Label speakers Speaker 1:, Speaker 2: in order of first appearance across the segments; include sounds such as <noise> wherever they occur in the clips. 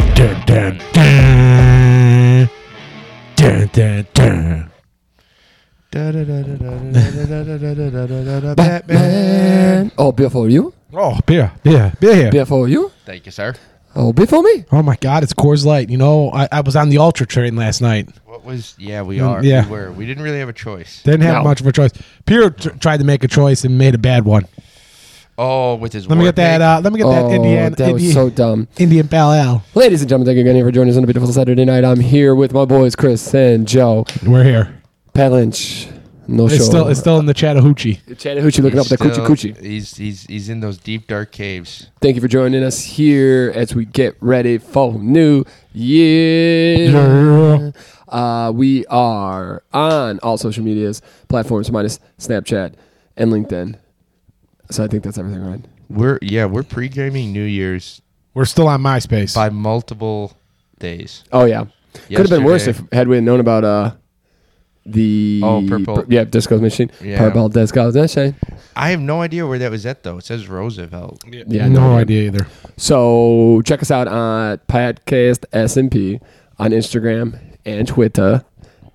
Speaker 1: dun, dun. Dun, dun, dun.
Speaker 2: Batman.
Speaker 3: Or before you.
Speaker 1: Oh, beer, beer, beer here.
Speaker 3: Before you.
Speaker 2: Thank you, sir.
Speaker 3: Or before me.
Speaker 1: Oh my God, it's Coors Light. You know, I, I was on the Ultra train last night.
Speaker 2: What was? Yeah, we
Speaker 1: Mm,
Speaker 2: are.
Speaker 1: yeah.
Speaker 2: We were. We didn't really have a choice.
Speaker 1: Didn't have
Speaker 3: No.
Speaker 1: much of a choice. Peter t- tried to make a choice and made a bad one.
Speaker 2: Oh, with his.
Speaker 1: Let me
Speaker 2: war
Speaker 1: get that.
Speaker 2: pick.
Speaker 1: Uh, let me get
Speaker 3: Oh,
Speaker 1: that Indian.
Speaker 3: that was
Speaker 1: Indian,
Speaker 3: so dumb.
Speaker 1: Indian Pal Al.
Speaker 3: Ladies and gentlemen, thank you again for joining us on a beautiful Saturday night. I'm here with my boys, Chris and Joe.
Speaker 1: We're here.
Speaker 3: Pat Lynch. No show.
Speaker 1: It's still it's still in the Chattahoochee.
Speaker 3: Chattahoochee looking up
Speaker 2: He's
Speaker 3: at the coochie
Speaker 2: still-
Speaker 3: coochie.
Speaker 2: He's he's he's in those deep dark caves.
Speaker 3: Thank you for joining us here as we get ready for New Year. Uh, we are on all social medias platforms minus Snapchat and LinkedIn. So I think that's everything, right?
Speaker 2: We're yeah. We're pre gaming New Year's
Speaker 1: We're still on MySpace.
Speaker 2: by multiple days.
Speaker 3: Oh yeah, could have been worse if
Speaker 2: Yesterday.
Speaker 3: had we known about uh the
Speaker 2: Oh, purple.
Speaker 3: yeah disco machine
Speaker 2: Yeah.
Speaker 3: purple disco machine.
Speaker 2: I have no idea where that was at though. It says Roosevelt.
Speaker 3: Yeah,
Speaker 1: no idea either.
Speaker 3: So check us out on Podcast SMP on Instagram and Twitter.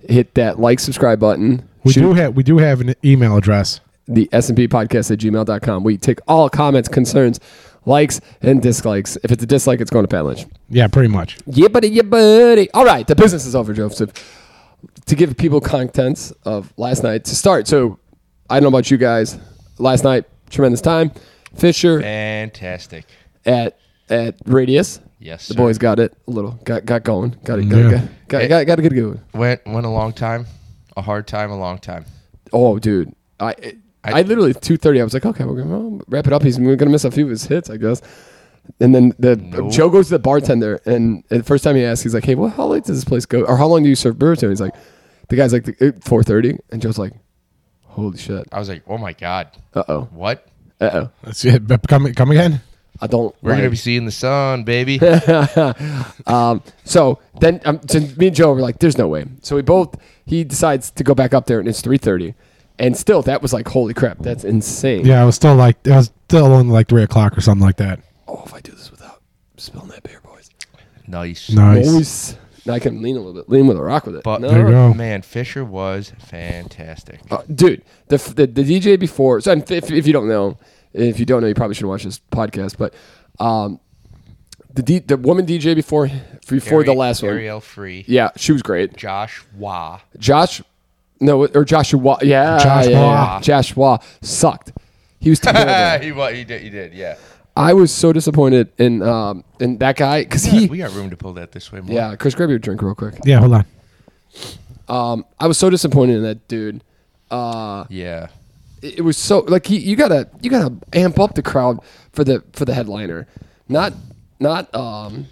Speaker 3: Hit that like subscribe button.
Speaker 1: We
Speaker 3: Shoot
Speaker 1: do have we do have an email address.
Speaker 3: the SMP podcast at gmail.com. We take all comments, concerns, likes, and dislikes. If it's a dislike, it's going to Pat Lynch.
Speaker 1: Yeah, pretty much.
Speaker 3: Yeah, buddy, yeah, buddy. All right, the business is over, Joseph. To give people contents of last night to start. So I don't know about you guys. Last night, tremendous time. Fisher
Speaker 2: Fantastic.
Speaker 3: at at Radius.
Speaker 2: Yes,
Speaker 3: The
Speaker 2: sir.
Speaker 3: boys got it a little. Got got going. Got it. Got it,
Speaker 1: Yeah.
Speaker 3: got, got, got, got a good one.
Speaker 2: Went went a long time, a hard time, a long time.
Speaker 3: Oh, dude, I. It, I,
Speaker 2: I-
Speaker 3: literally two thirty. I was like, okay, we're gonna well, wrap it up. He's we're gonna miss a few of his hits, I guess. And then the Joe goes to the bartender, and the first time he asks, he's like, "Hey, what? How late does this place go? Or how long do you serve beer to?" And he's like, "The guy's like four thirty. and Joe's like, "Holy shit!
Speaker 2: I was like, oh my god,
Speaker 3: Uh oh,
Speaker 2: what?
Speaker 3: uh oh,
Speaker 1: That's it. But Come come again.
Speaker 3: I don't."
Speaker 2: We're gonna
Speaker 3: like-
Speaker 2: be seeing the
Speaker 1: <laughs>
Speaker 2: sun, baby.
Speaker 3: Um, so then um, so me and Joe were like, there's no way. So we both, he decides to go back up there and it's 3.30. And still, that was like, holy crap, that's insane.
Speaker 1: Yeah, I was still like I was still on like three o'clock or something like that.
Speaker 3: Oh, if I do this without spilling that beer, boys.
Speaker 2: nice.
Speaker 1: Nice.
Speaker 3: Always, now I can lean a little bit, lean with a rock with it.
Speaker 2: But
Speaker 3: No.
Speaker 1: There you go.
Speaker 2: man, Fisher was fantastic.
Speaker 3: Uh, dude, the, f- the the DJ before. So and if, if you don't know, if you don't know, you probably should watch this podcast. But um, the D, the woman DJ before before the
Speaker 2: Ari-
Speaker 3: last one,
Speaker 2: Ariel Free,
Speaker 3: yeah, she was great.
Speaker 2: Josh Wah.
Speaker 3: <laughs> Josh, no, or Joshua. Yeah,
Speaker 1: Joshua.
Speaker 3: yeah, yeah. Joshua sucked. He was
Speaker 1: <laughs>
Speaker 3: terrible.
Speaker 2: <laughs> he, wa- he did. He did. Yeah.
Speaker 3: I was so disappointed in um in that guy because he.
Speaker 2: we got room to pull that this way more.
Speaker 3: yeah, Chris, grab your drink real quick.
Speaker 1: Yeah, hold on.
Speaker 3: I was so disappointed in that dude. Uh,
Speaker 2: Yeah.
Speaker 3: it it was so like you, you gotta you gotta amp up the crowd for the for the headliner, not not um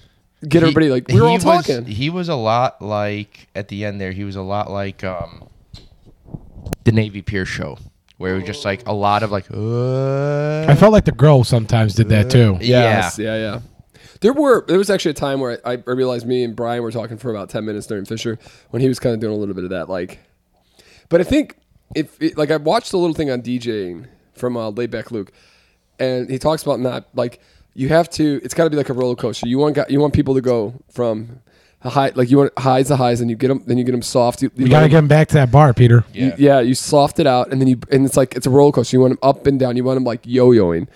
Speaker 3: get everybody like we were all
Speaker 2: was-
Speaker 3: talking.
Speaker 2: he was a lot like at the end there. He was a lot like um, the Navy Pier show, where it was just like a lot of like. Uh,
Speaker 1: I felt like the girl sometimes did that too.
Speaker 2: yeah.
Speaker 3: yeah, yeah. There were there was actually a time where I, I realized me and Brian were talking for about ten minutes during Fisher when he was kind of doing a little bit of that like, but I think if it, like I watched a little thing on DJing from uh, Laid Back Luke, and he talks about not like you have to it's got to be like a roller coaster. You want got, you want people to go from a high like you want highs to highs and you get them then you get them soft. You, you
Speaker 1: You gotta
Speaker 3: let
Speaker 1: get
Speaker 3: 'em-
Speaker 1: him back to that bar, Peter.
Speaker 3: you- yeah. you soft it out, and then you and it's like it's a roller coaster. You want them up and down. You want them like yo-yoing,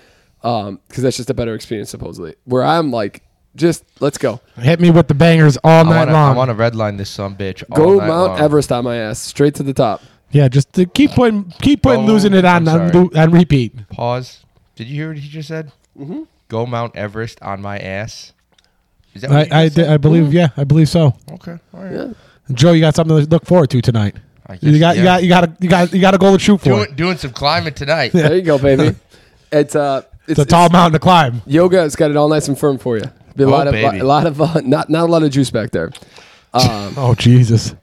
Speaker 3: um, because that's just a better experience supposedly. Where I'm like, just let's go,
Speaker 1: Hit me with the bangers all
Speaker 2: I
Speaker 1: night
Speaker 2: wanna-
Speaker 1: long.
Speaker 2: I want to red line this some bitch. all
Speaker 3: go
Speaker 2: night
Speaker 3: Mount
Speaker 2: long.
Speaker 3: Everest on my ass, straight to the top.
Speaker 1: yeah, just to keep putting keep putting
Speaker 2: Oh,
Speaker 1: losing it on
Speaker 2: I'm
Speaker 1: on,
Speaker 2: sorry.
Speaker 1: lo- on repeat.
Speaker 2: Pause. Did you hear what he just said? Mm-hmm. Go Mount Everest on my ass. Is that
Speaker 1: I
Speaker 2: what
Speaker 1: I,
Speaker 2: he just
Speaker 1: I believe yeah, I believe so.
Speaker 2: said? Okay. All right.
Speaker 1: Joe, you got something to look forward to tonight.
Speaker 2: I guess,
Speaker 1: You got you
Speaker 2: yeah.
Speaker 1: got you got a, you got you got a goal to shoot for.
Speaker 2: Doing, doing some climbing tonight.
Speaker 3: There you go,
Speaker 2: <laughs>
Speaker 3: baby. it's uh,
Speaker 1: It's
Speaker 3: it's,
Speaker 1: a tall mountain to climb.
Speaker 3: yoga. It's got it all nice and firm for you. Be a
Speaker 2: Oh,
Speaker 3: lot of
Speaker 2: baby.
Speaker 3: a lot of uh, not not a lot of juice back there.
Speaker 1: Oh Jesus!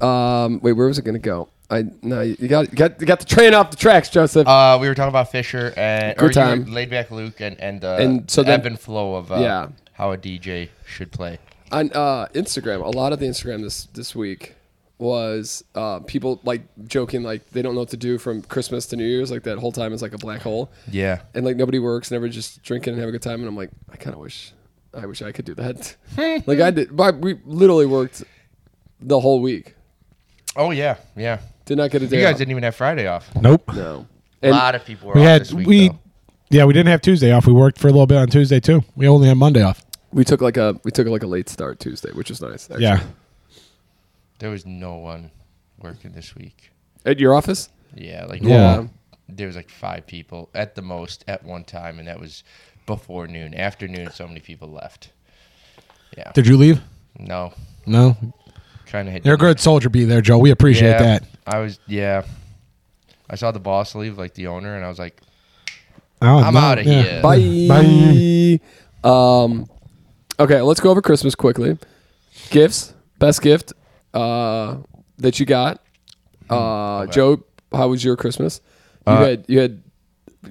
Speaker 3: Um, wait, where was it gonna go? I no, you got you got you got the train off the tracks, Joseph.
Speaker 2: Uh, we were talking about Fisher and or
Speaker 3: Good time.
Speaker 2: laid back Luke and and uh,
Speaker 3: And so
Speaker 2: the
Speaker 3: then-
Speaker 2: ebb and flow of uh,
Speaker 3: Yeah.
Speaker 2: how a DJ should play.
Speaker 3: on uh, Instagram, a lot of the Instagram this this week was uh, people like joking like they don't know what to do from Christmas to New Year's. Like that whole time is like a black hole,
Speaker 2: Yeah,
Speaker 3: and like nobody works, never just drinking and have a good time. And I'm like, I kind of wish I wish I could do
Speaker 2: <laughs>
Speaker 3: that. like I did, but we literally worked the whole week.
Speaker 2: Oh yeah, yeah.
Speaker 3: Did not get a day.
Speaker 2: You guys
Speaker 3: off.
Speaker 2: didn't even have Friday off.
Speaker 1: Nope.
Speaker 3: No.
Speaker 2: a
Speaker 3: And
Speaker 2: lot of people were
Speaker 1: we
Speaker 2: off
Speaker 1: had
Speaker 2: this week.
Speaker 1: we
Speaker 2: though.
Speaker 1: yeah we didn't have Tuesday off. We worked for a little bit on Tuesday too. We only had Monday off.
Speaker 3: we took like a we took like a late start Tuesday, which is nice. actually.
Speaker 1: Yeah.
Speaker 2: There was no one working this week.
Speaker 3: At your office? Um,
Speaker 2: Yeah, like
Speaker 1: Yeah.
Speaker 2: well, There was like five people at the most at one time, and that was before noon. After noon, so many people left. Yeah.
Speaker 1: Did you leave?
Speaker 2: No,
Speaker 1: No.
Speaker 2: kind of hit.
Speaker 1: You're a good soldier, be there, Joe. We appreciate
Speaker 2: Yeah,
Speaker 1: that.
Speaker 2: I was yeah. I saw the boss leave, like the owner, and I was like,
Speaker 1: Oh,
Speaker 2: I'm
Speaker 1: no,
Speaker 2: outta
Speaker 1: yeah.
Speaker 2: here.
Speaker 3: Bye.
Speaker 1: Bye.
Speaker 3: Um, okay, let's go over Christmas quickly. Gifts, best gift uh, that you got. Uh, Joe, how was your Christmas? You
Speaker 2: Uh,
Speaker 3: had you had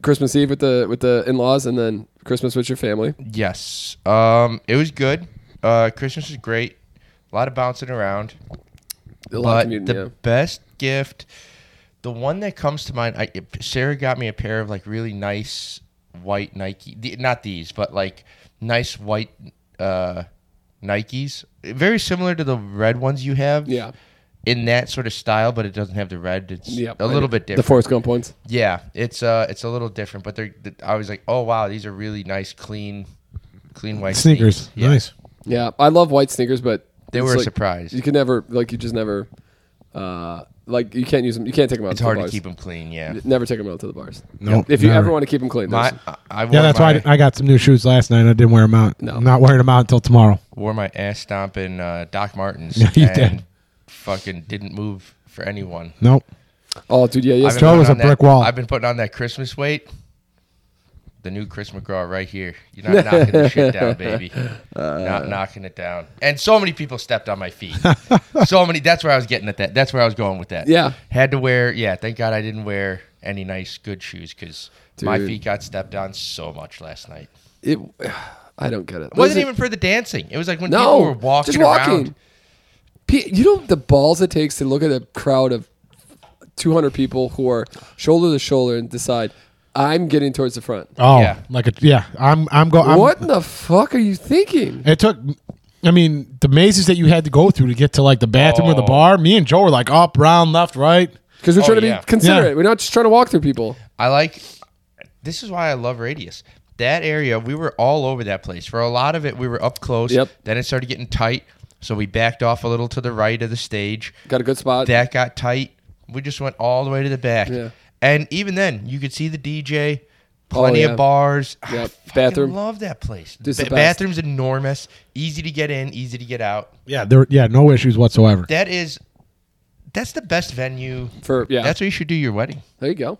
Speaker 3: Christmas Eve with the with the in laws, and then Christmas with your family.
Speaker 2: yes. Um, it was good. Uh, Christmas was great. A lot of bouncing around.
Speaker 3: A lot of
Speaker 2: But
Speaker 3: commuting,
Speaker 2: the
Speaker 3: yeah.
Speaker 2: best gift, the one that comes to mind, I, Sarah got me a pair of like really nice white Nike, the, not these, but like nice white uh, Nikes, very similar to the red ones you have.
Speaker 3: Yeah.
Speaker 2: In that sort of style, but it doesn't have the red. It's
Speaker 3: Yep,
Speaker 2: a
Speaker 3: I
Speaker 2: little
Speaker 3: know.
Speaker 2: bit different.
Speaker 3: The Forrest Gump ones.
Speaker 2: yeah, it's uh, it's a little different, but they're. th- I was like, oh wow, these are really nice, clean, clean white
Speaker 1: Sneakers.
Speaker 2: Yeah.
Speaker 1: Nice.
Speaker 3: Yeah, I love white sneakers, but
Speaker 2: They
Speaker 3: it's
Speaker 2: were a
Speaker 3: like-
Speaker 2: surprise.
Speaker 3: You can never like you just never uh, like you can't use them. You can't take them out.
Speaker 2: It's
Speaker 3: to
Speaker 2: hard
Speaker 3: the
Speaker 2: to
Speaker 3: bars.
Speaker 2: keep them clean. Yeah.
Speaker 3: Never take them out to the bars.
Speaker 1: Nope,
Speaker 3: If you
Speaker 1: never.
Speaker 3: ever want to keep them clean,
Speaker 2: My,
Speaker 3: there's-
Speaker 2: I, I
Speaker 1: Yeah,
Speaker 2: wore
Speaker 1: that's
Speaker 2: my,
Speaker 1: why I, I got some new shoes last night. and I didn't wear them out.
Speaker 3: No.
Speaker 1: I'm not wearing them out until tomorrow.
Speaker 2: wore my ass stomping uh, Doc Martens
Speaker 1: Yeah, <laughs> you
Speaker 2: and
Speaker 1: did.
Speaker 2: fucking didn't move for anyone.
Speaker 1: Nope.
Speaker 3: oh, dude, yeah,
Speaker 2: I've
Speaker 3: yes.
Speaker 2: been
Speaker 1: Joe
Speaker 2: putting
Speaker 1: was a
Speaker 2: on that-
Speaker 1: brick wall.
Speaker 2: I've been putting on that Christmas weight. The new Chris McGraw right here. You're not knocking the shit
Speaker 3: <laughs>
Speaker 2: down, baby. not knocking it down. And so many people stepped on my feet. <laughs> so many. That's where I was getting at that. That's where I was going with that.
Speaker 3: Yeah.
Speaker 2: Had to wear. Yeah. Thank God I didn't wear any nice good shoes because my
Speaker 3: Dude.
Speaker 2: feet got stepped on so much last night.
Speaker 3: It, <sighs> I don't get it.
Speaker 2: It wasn't
Speaker 3: Those are-
Speaker 2: even for the dancing. It was like when
Speaker 3: no.
Speaker 2: people were walking,
Speaker 3: just walking.
Speaker 2: around.
Speaker 3: P- you know the balls it takes to look at a crowd of 200 people who are shoulder to shoulder and decide I'm getting towards the front.
Speaker 1: Oh,
Speaker 2: Yeah.
Speaker 1: like a yeah. I'm I'm going.
Speaker 3: what in the fuck are you thinking?
Speaker 1: It took. I mean, the mazes that you had to go through to get to like the bathroom or the
Speaker 2: Oh.
Speaker 1: bar. Me and Joe were like up, round, left, right.
Speaker 3: Because we're
Speaker 2: Oh,
Speaker 3: trying to
Speaker 2: yeah.
Speaker 3: be considerate.
Speaker 1: Yeah.
Speaker 3: We're not just trying to walk through people.
Speaker 2: I like. This is why I love Radius. That area, we were all over that place. For a lot of it, we were up close.
Speaker 3: Yep.
Speaker 2: Then it started getting tight, so we backed off a little to the right of the stage.
Speaker 3: Got a good spot.
Speaker 2: That got tight. We just went all the way to the back.
Speaker 3: Yeah. Oh,
Speaker 2: And even then, you could see the DJ, plenty
Speaker 3: yeah.
Speaker 2: of bars. I
Speaker 3: Yep.
Speaker 2: fucking
Speaker 3: Bathroom.
Speaker 2: Love that place.
Speaker 3: It's the best.
Speaker 2: Ba- bathroom's enormous. Easy to get in. Easy to get out.
Speaker 1: Yeah, there. Yeah, no issues whatsoever.
Speaker 2: That is. That's the best venue.
Speaker 3: For- yeah.
Speaker 2: That's where you should do your wedding.
Speaker 3: there you go.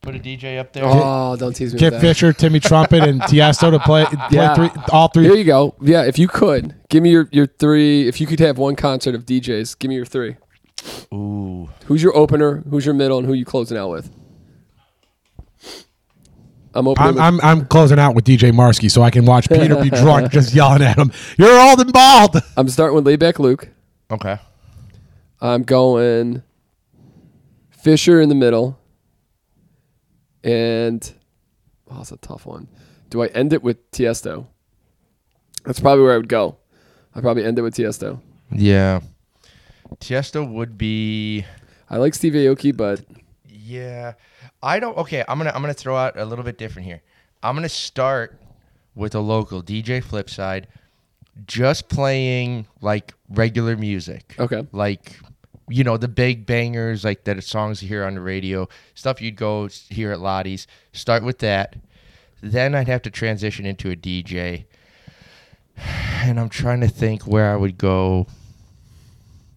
Speaker 2: Put a DJ up there.
Speaker 3: Oh, don't tease me. with
Speaker 1: Get
Speaker 3: that.
Speaker 1: Fisher, Timmy Trumpet, and Tiesto to
Speaker 3: <laughs>
Speaker 1: play, play
Speaker 3: Yeah.
Speaker 1: three, all
Speaker 3: There
Speaker 1: three.
Speaker 3: you go. Yeah, if you could give me your, your three. If you could have one concert of DJs, give me your three.
Speaker 2: Ooh.
Speaker 3: Who's your opener? Who's your middle? And who you closing out with? I'm opening.
Speaker 1: I'm,
Speaker 3: with,
Speaker 1: I'm I'm closing out with DJ Marsky so I can watch Peter be drunk
Speaker 3: <laughs>
Speaker 1: just yelling at him. You're old and bald.
Speaker 3: I'm starting with Layback Luke.
Speaker 2: Okay.
Speaker 3: I'm going Fisher in the middle. And oh, that's a tough one. Do I end it with Tiesto? That's probably where I would go. I'd probably end it with Tiesto.
Speaker 2: Yeah. Tiesto would be
Speaker 3: I like Steve Aoki, but
Speaker 2: yeah. I don't okay, I'm going to I'm going to throw out a little bit different here. I'm going to start with a local DJ Flipside just playing like regular music.
Speaker 3: Okay.
Speaker 2: Like you know the big bangers like that songs you hear on the radio, stuff you'd go s- hear at Lottie's. Start with that. Then I'd have to transition into a DJ. <sighs> And I'm trying to think where I would go.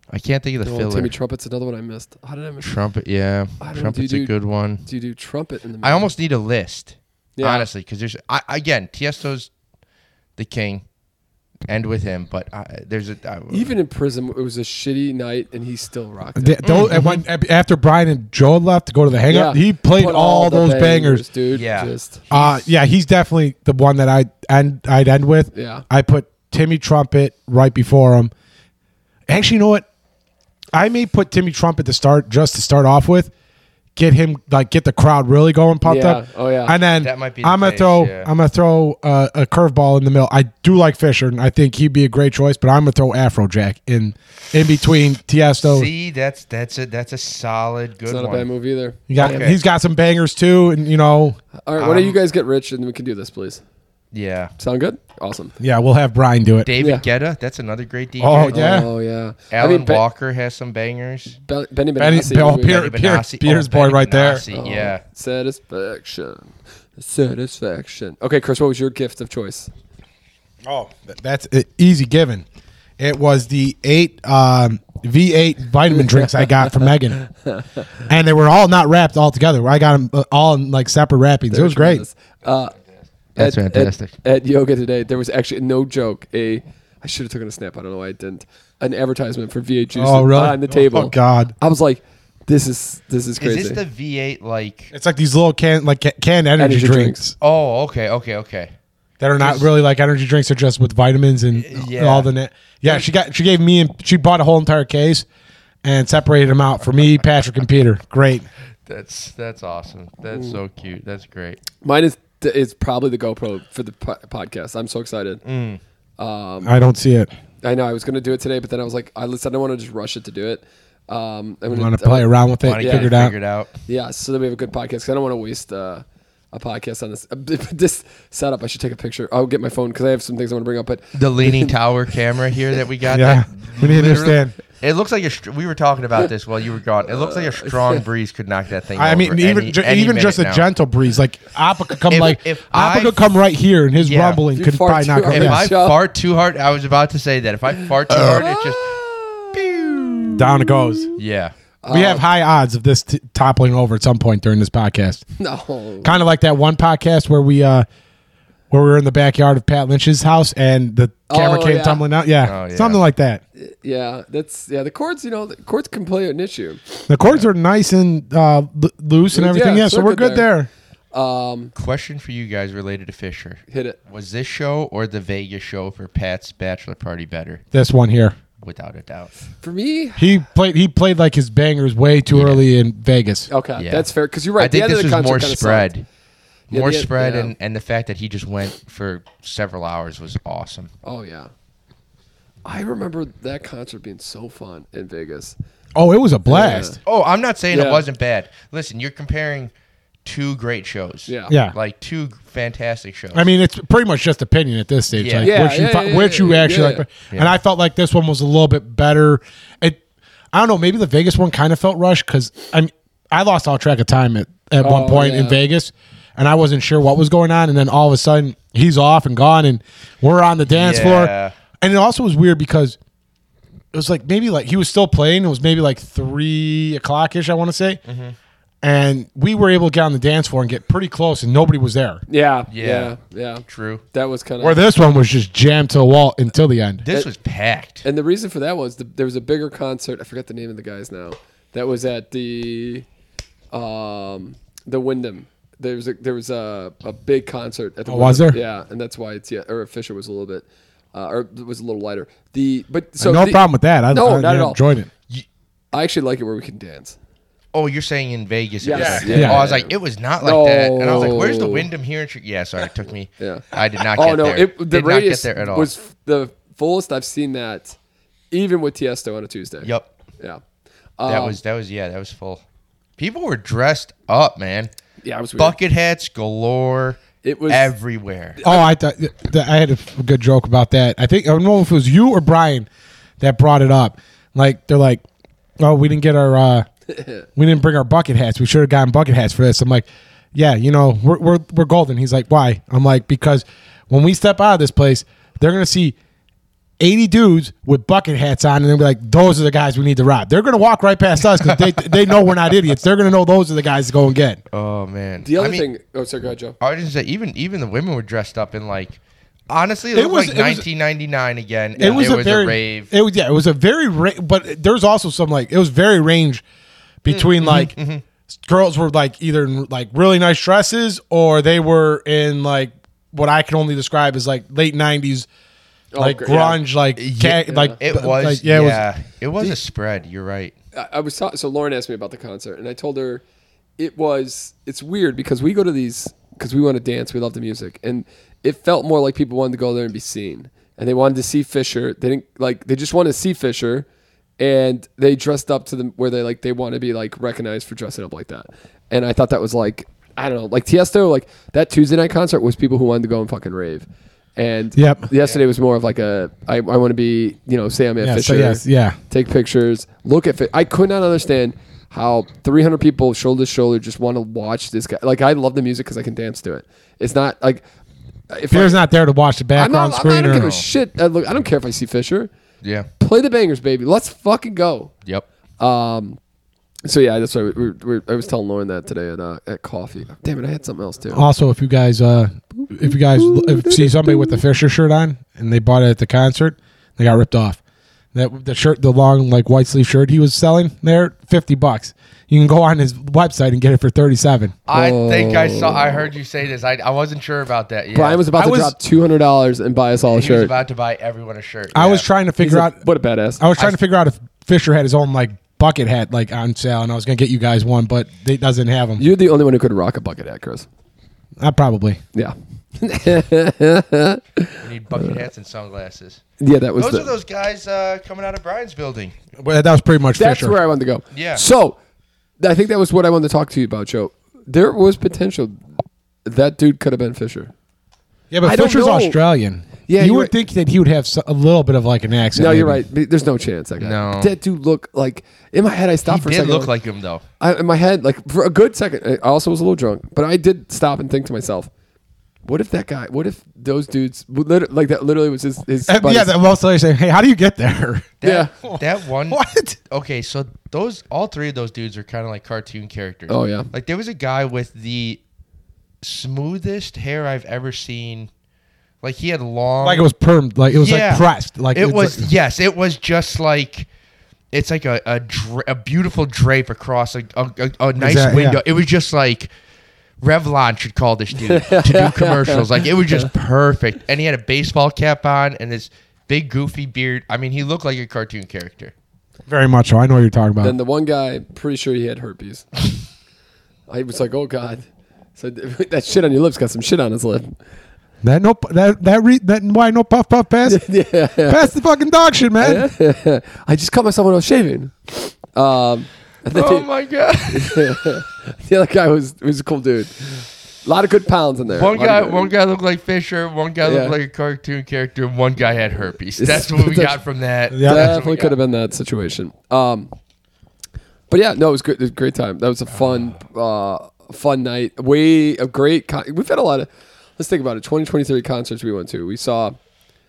Speaker 2: I can't think of the
Speaker 3: oh,
Speaker 2: filler.
Speaker 3: Timmy Trumpet's another one I missed. How did I miss?
Speaker 2: Trumpet, yeah.
Speaker 3: I don't-
Speaker 2: Trumpet's
Speaker 3: do
Speaker 2: a
Speaker 3: you-
Speaker 2: good one.
Speaker 3: Do you do trumpet in the middle?
Speaker 2: I almost need a list,
Speaker 3: Yeah.
Speaker 2: honestly, because there's I, again Tiesto's the king. End with him, but I, there's a I,
Speaker 3: Even in prison, it was a shitty night, and he still rocked. It.
Speaker 1: Th- those- and when- after Brian and Joe left to go to the hangout,
Speaker 3: Mm-hmm. Yeah.
Speaker 1: he played
Speaker 3: Put
Speaker 1: all,
Speaker 3: the
Speaker 1: those bangers.
Speaker 3: dude.
Speaker 2: Yeah.
Speaker 3: Just
Speaker 1: Uh, yeah, he's definitely the one that I and I'd end with.
Speaker 3: Yeah.
Speaker 1: I put Timmy Trumpet right before him. Actually, you know what? I may put Timmy Trumpet to start just to start off with, get him like get the crowd really going pumped
Speaker 3: Yeah.
Speaker 1: up.
Speaker 3: Oh, yeah.
Speaker 1: And then
Speaker 2: That might be the
Speaker 1: I'm gonna
Speaker 2: case,
Speaker 1: throw
Speaker 2: yeah.
Speaker 1: I'm gonna throw uh, a curveball in the middle. I do like Fisher, and I think he'd be a great choice. But I'm gonna throw Afrojack in in between Tiesto.
Speaker 2: See, that's that's a that's a solid good
Speaker 3: It's not
Speaker 2: one.
Speaker 3: a bad move either.
Speaker 1: He got,
Speaker 2: Okay.
Speaker 1: He's got some bangers too, and you know,
Speaker 3: All right, why don't you guys get rich and we can do this, please?
Speaker 2: Yeah,
Speaker 3: Sound good? Awesome.
Speaker 1: yeah, we'll have Brian do it.
Speaker 2: David
Speaker 3: Yeah.
Speaker 2: Guetta, that's another great DJ.
Speaker 1: Oh, yeah.
Speaker 3: Oh yeah.
Speaker 2: Alan
Speaker 3: Ben-
Speaker 2: Walker has some bangers.
Speaker 3: Be- Benny
Speaker 1: Benny-
Speaker 3: Benassi.
Speaker 1: Bill
Speaker 3: would be-
Speaker 1: Pierce. Peter-
Speaker 2: Benny
Speaker 1: Peter-
Speaker 2: Benassi.
Speaker 1: Peter's boy
Speaker 2: Benny
Speaker 1: right there.
Speaker 2: Benassi,
Speaker 3: Oh,
Speaker 2: Yeah.
Speaker 3: Satisfaction. Satisfaction. Okay, Chris, what was your gift of choice?
Speaker 1: Oh, th- that's a- easy given. It was the eight um, V8 vitamin drinks I got from <laughs> Megan, and they were all not wrapped all together. I got them all in like separate wrappings. it was great.
Speaker 3: Uh,
Speaker 2: That's
Speaker 3: at- at-
Speaker 2: fantastic.
Speaker 3: At, yoga today, there was actually no joke. A I should have taken a snap. I don't know why I didn't. An advertisement for VH juice
Speaker 1: Oh, really?
Speaker 3: on the table.
Speaker 1: Oh, God.
Speaker 3: I was like, this is this is crazy.
Speaker 2: Is this the V8 like?
Speaker 1: It's like these little can like ca- canned energy,
Speaker 3: Energy
Speaker 1: drinks,
Speaker 3: drinks.
Speaker 2: Oh, okay, okay, okay.
Speaker 1: that are not really like energy drinks. They're just with vitamins and
Speaker 2: Uh,
Speaker 1: uh,
Speaker 2: Yeah.
Speaker 1: all the net. Yeah, she got she gave me and she bought a whole entire case and separated them out for me, Patrick, and Peter. Great.
Speaker 2: That's that's awesome. That's so cute. That's great.
Speaker 3: Mine is is probably the GoPro for the po- podcast. I'm so excited.
Speaker 2: Mm.
Speaker 1: I don't see it.
Speaker 3: I know I was going to do it today, but then I was like, I listen, I don't want to just rush it to do it. Um, I'm
Speaker 1: I'm gonna play around with it,
Speaker 2: Wanna get
Speaker 1: uh, figure it out.
Speaker 2: Figured out.
Speaker 3: Yeah, so that we have a good podcast. 'cause I don't want to waste uh, a podcast on this <laughs> this setup. I should take a picture. I'll get my phone because I have some things I want to bring up. But <laughs>
Speaker 2: The leaning tower camera here that we
Speaker 1: <laughs>
Speaker 2: got.
Speaker 1: Yeah,
Speaker 2: that
Speaker 1: we need to
Speaker 2: literally-
Speaker 1: understand.
Speaker 2: It looks like a. str- We were talking about this while you were gone. It looks
Speaker 1: <laughs>
Speaker 2: like a strong breeze could knock that thing.
Speaker 1: I mean,
Speaker 2: over
Speaker 1: even
Speaker 2: any-
Speaker 1: ju-
Speaker 2: any
Speaker 1: even
Speaker 2: minute
Speaker 1: just a
Speaker 2: now.
Speaker 1: gentle breeze, like Appa could come,
Speaker 2: If-
Speaker 1: like
Speaker 2: if
Speaker 1: Appa
Speaker 2: I-
Speaker 1: could come right here, and his
Speaker 2: Yeah.
Speaker 1: rumbling
Speaker 3: You
Speaker 1: could
Speaker 3: fart
Speaker 1: probably
Speaker 3: too
Speaker 1: knock her
Speaker 3: hard.
Speaker 2: If I
Speaker 1: down.
Speaker 3: Yeah.
Speaker 2: fart too hard, I was about to say that. If I fart too hard, it
Speaker 1: <laughs>
Speaker 2: just
Speaker 1: Down it goes.
Speaker 2: yeah.
Speaker 1: we
Speaker 3: Uh,
Speaker 1: have high odds of this t- toppling over at some point during this podcast.
Speaker 3: no,
Speaker 1: Kind of like that one podcast where we uh where we were in the backyard of Pat Lynch's house and the camera
Speaker 3: Oh,
Speaker 1: came
Speaker 3: yeah.
Speaker 1: tumbling out. Yeah,
Speaker 2: Oh, yeah.
Speaker 1: something like that.
Speaker 3: yeah, that's yeah. The chords, you know, the chords can play an issue.
Speaker 1: The cords are nice and uh, l- loose and
Speaker 3: Yeah,
Speaker 1: everything. Yeah, so we're
Speaker 3: circuit
Speaker 1: good there.
Speaker 3: Um,
Speaker 2: Question for you guys related to Fisher.
Speaker 3: hit it.
Speaker 2: Was this show or the Vegas show for Pat's bachelor party better?
Speaker 1: This one here,
Speaker 2: Without a doubt.
Speaker 3: For me,
Speaker 1: he played he played like his bangers way too early in Vegas.
Speaker 3: okay,
Speaker 2: Yeah.
Speaker 3: that's fair because you're right.
Speaker 2: I think
Speaker 3: the
Speaker 2: this was
Speaker 3: concert
Speaker 2: more
Speaker 3: kinda
Speaker 2: spread.
Speaker 3: sucked. Yeah,
Speaker 2: More
Speaker 3: the-
Speaker 2: spread
Speaker 3: yeah.
Speaker 2: and, and the fact that he just went for several hours was awesome.
Speaker 3: Oh yeah, I remember that concert being so fun in Vegas.
Speaker 1: Oh, it was a blast.
Speaker 2: Oh, I'm not saying
Speaker 3: Yeah.
Speaker 2: it wasn't bad. Listen, you're comparing two great shows.
Speaker 3: Yeah,
Speaker 1: Yeah.
Speaker 2: Like two fantastic shows.
Speaker 1: I mean, it's pretty much just opinion at this stage.
Speaker 2: Yeah.
Speaker 1: Like,
Speaker 3: Yeah,
Speaker 1: which you,
Speaker 3: yeah,
Speaker 1: fi-
Speaker 3: yeah,
Speaker 1: which
Speaker 3: yeah,
Speaker 1: you
Speaker 3: yeah,
Speaker 1: actually
Speaker 3: yeah.
Speaker 1: like. better. And I felt like this one was a little bit better. It, I don't know. Maybe the Vegas one kind of felt rushed because I'm, I lost all track of time at, at one
Speaker 3: Oh,
Speaker 1: point in
Speaker 3: yeah.
Speaker 1: Vegas, and I wasn't sure what was going on. And then all of a sudden, he's off and gone, and we're on the dance
Speaker 2: Yeah.
Speaker 1: floor. And it also was weird because it was like maybe like he was still playing. It was maybe like three o'clock ish. I want to say.
Speaker 3: Mm-hmm.
Speaker 1: And we were able to get on the dance floor and get pretty close, and nobody was there.
Speaker 3: yeah, yeah,
Speaker 2: Yeah.
Speaker 3: yeah.
Speaker 2: True.
Speaker 3: That was kind of
Speaker 1: Where this one was just jammed to the wall until the end.
Speaker 2: This was packed.
Speaker 3: And the reason for that was the, there was a bigger concert. I forget the name of the guys now. That was at the um, the Wyndham. There was a, there was a, a big concert at the
Speaker 1: Oh, was
Speaker 3: Wyndham.
Speaker 1: there?
Speaker 3: Yeah, and that's why it's yeah. Or Fisher was a little bit, uh, or it was a little lighter. The but so
Speaker 1: no
Speaker 3: the-
Speaker 1: problem with that. I,
Speaker 3: No,
Speaker 1: I,
Speaker 3: not
Speaker 1: I
Speaker 3: at all.
Speaker 1: enjoyed it.
Speaker 3: I actually like it where we can dance.
Speaker 2: Oh, you're saying in Vegas? It was
Speaker 3: Yeah.
Speaker 2: like
Speaker 3: Yeah.
Speaker 2: that.
Speaker 1: Yeah.
Speaker 2: Oh, I was like, it was not like that, and I was like, where's the
Speaker 3: No.
Speaker 2: Wyndham here? in Chi- Yeah, sorry, it took me.
Speaker 3: Yeah.
Speaker 2: I did not. Get
Speaker 3: Oh no,
Speaker 2: there.
Speaker 3: it, the
Speaker 2: did not get
Speaker 3: radius
Speaker 2: there at all.
Speaker 3: was f- the fullest I've seen that, even with Tiesto on a Tuesday.
Speaker 2: yep,
Speaker 3: Yeah.
Speaker 2: that
Speaker 3: Um,
Speaker 2: was that was yeah, that was full. People were dressed up, man.
Speaker 3: yeah. It was weird.
Speaker 2: Bucket hats galore.
Speaker 3: It was-
Speaker 2: everywhere.
Speaker 1: Oh, I thought that I had a good joke about that. I think I don't know if it was you or Brian that brought it up. Like they're like, oh, we didn't get our, uh, we didn't bring our bucket hats. We should have gotten bucket hats for this. I'm like, yeah, you know, we're we're, we're golden. He's like, why? I'm like, because when we step out of this place, they're gonna see. 80 dudes with bucket hats on, and they'll be like, Those are the guys we need to rob. They're going to walk right past us because they, they know we're not idiots. They're going to know those are the guys to go and get.
Speaker 2: Oh man.
Speaker 3: the other
Speaker 2: I mean,
Speaker 3: thing. Oh, sorry, go ahead, Joe.
Speaker 2: I was just say even even the women were dressed up in like. Honestly, it,
Speaker 1: It
Speaker 2: looked
Speaker 1: was-
Speaker 2: like
Speaker 1: it was-
Speaker 2: 1999 again.
Speaker 1: it was,
Speaker 2: there
Speaker 1: a very
Speaker 2: rave.
Speaker 1: It was yeah, it was a very ra- but there's also some like it was very range between like girls were like either in like really nice dresses or they were in like what I can only describe as like late '90s like
Speaker 3: gr- yeah.
Speaker 1: grunge like
Speaker 2: Yeah,
Speaker 1: ca- like
Speaker 2: it
Speaker 1: b-
Speaker 2: was.
Speaker 1: like,
Speaker 2: yeah,
Speaker 1: it was-
Speaker 2: it was, a spread. You're right.
Speaker 3: I, I was ta- so Lauren asked me about the concert, and I told her it was it's weird because we go to these because we want to dance, we love the music, and it felt more like people wanted to go there and be seen, and they wanted to see Fisher. They didn't like they just wanted to see Fisher, and they dressed up to the where they like they want to be like recognized for dressing up like that, and I thought that was like I don't know like Tiesto like that Tuesday night concert was people who wanted to go and fucking rave. And
Speaker 1: Yep.
Speaker 3: yesterday was more of like a I, I want to be you know say I'm at
Speaker 1: Yeah, so
Speaker 3: Fisher
Speaker 1: yes, yeah.
Speaker 3: take pictures, look at. Fi- I could not understand how 300 people shoulder to shoulder just want to watch this guy. Like I love the music because I can dance to it. It's not like if
Speaker 1: Pierre's
Speaker 3: I,
Speaker 1: not there to watch the
Speaker 3: I'm
Speaker 1: background
Speaker 3: not, I'm not- I
Speaker 1: screen
Speaker 3: don't give
Speaker 1: or
Speaker 3: a shit. I, look, I don't care if I see Fisher.
Speaker 2: Yeah.
Speaker 3: Play the bangers, baby. Let's fucking go.
Speaker 2: Yep.
Speaker 3: Um. So yeah, that's right. We, we, we, I was telling Lauren that today at uh, at coffee. Damn it, I had something else too.
Speaker 1: Also, if you guys, uh, if you guys if see somebody with the Fisher shirt on and they bought it at the concert, they got ripped off. That the shirt, the long like white sleeve shirt he was selling there, fifty bucks. You can go on his website and get it for thirty seven.
Speaker 2: I think I saw. I heard you say this. I, I wasn't sure about that. Yeah.
Speaker 3: Brian was about
Speaker 1: I
Speaker 3: to
Speaker 1: Oh. was-
Speaker 3: drop two hundred dollars and buy us all a
Speaker 2: He was
Speaker 3: shirt.
Speaker 2: about to buy everyone a shirt.
Speaker 1: I
Speaker 2: yeah.
Speaker 1: was trying to
Speaker 3: He's
Speaker 1: figure
Speaker 3: a-
Speaker 1: out.
Speaker 3: what a badass.
Speaker 1: I was trying to figure out if Fisher had his own like bucket hat like on sale, and I was gonna get you guys one, but it doesn't have them.
Speaker 3: You're the only one who could rock a bucket hat, Chris.
Speaker 1: I probably.
Speaker 3: Yeah,
Speaker 2: We need bucket hats and sunglasses.
Speaker 3: yeah. That was
Speaker 2: Those
Speaker 3: the,
Speaker 2: are those guys uh, coming out of Brian's building.
Speaker 1: Well, that was pretty much
Speaker 3: That's
Speaker 1: Fisher.
Speaker 3: where I wanted to go.
Speaker 2: Yeah.
Speaker 3: So I think that was what I wanted to talk to you about, Joe. There was potential that dude could have been Fisher.
Speaker 1: yeah, but
Speaker 3: I don't
Speaker 1: Fisher's
Speaker 3: know.
Speaker 1: Australian.
Speaker 3: Yeah,
Speaker 1: you
Speaker 3: you're
Speaker 1: would
Speaker 3: right.
Speaker 1: think that he would have so- a little bit of like an accent.
Speaker 3: No, you're
Speaker 1: maybe.
Speaker 3: right. But There's no chance. That guy.
Speaker 2: No.
Speaker 3: That dude looked like in my head. I stopped
Speaker 2: He
Speaker 3: for a
Speaker 2: did
Speaker 3: second.
Speaker 2: look like him though.
Speaker 3: I, in my head, like for a good second. I also was a little drunk, but I did stop and think to myself, what if that guy? What if those dudes? would lit- Like that literally was his.
Speaker 2: <laughs>
Speaker 3: his
Speaker 1: Uh, yeah,
Speaker 3: buddy's-
Speaker 1: that most lawyers say, "Hey, how do you get there?"
Speaker 3: yeah.
Speaker 2: That
Speaker 1: <laughs>
Speaker 2: one.
Speaker 1: What?
Speaker 2: Okay, so those all three of those dudes are kind of like cartoon characters.
Speaker 3: Oh, yeah.
Speaker 2: Like there was a guy with the smoothest hair I've ever seen. Like he had long.
Speaker 1: Like it was permed, like it was
Speaker 2: Yeah.
Speaker 1: like pressed, like
Speaker 2: it
Speaker 1: it's
Speaker 2: was.
Speaker 1: like-
Speaker 2: yes, it was just like. It's like a a, dra- a beautiful drape across a a, a, a nice
Speaker 1: Exact-
Speaker 2: window.
Speaker 1: yeah.
Speaker 2: It was just like. Revlon should call this dude to
Speaker 1: <laughs>
Speaker 2: do commercials. Like it was just perfect, and he had a baseball cap on and this big goofy beard. I mean, he looked like a cartoon character.
Speaker 1: very much so. I know what you're talking about.
Speaker 3: Then the one guy, pretty sure he had
Speaker 2: <laughs>
Speaker 3: herpes. I was like, oh god. So <laughs> that shit on your lips got some shit on his lip.
Speaker 1: that no, that that re, that why no puff puff pass?
Speaker 3: <laughs> Yeah.
Speaker 1: Pass the fucking dog shit, man.
Speaker 3: <laughs> I just cut myself when I was shaving. <laughs> Um, and then <laughs>
Speaker 2: Oh
Speaker 3: the,
Speaker 2: my god!
Speaker 3: the other guy was was a cool dude. A lot of good pounds in there.
Speaker 2: One
Speaker 3: A lot
Speaker 2: guy,
Speaker 3: of good-
Speaker 2: one guy looked like Fisher. One guy
Speaker 3: Yeah.
Speaker 2: looked like a cartoon character. and One guy had herpes.
Speaker 3: It's-
Speaker 2: That's
Speaker 3: <laughs>
Speaker 2: what we
Speaker 3: that's-
Speaker 2: got from that.
Speaker 1: Yeah.
Speaker 2: That's what
Speaker 3: definitely
Speaker 2: we got.
Speaker 3: could have been that situation. Um, but yeah, no, it was good. It was a great time. That was a fun, uh, fun night. Way a great. Con- we've had a lot of. Let's think about it. 2023 concerts we went to. We saw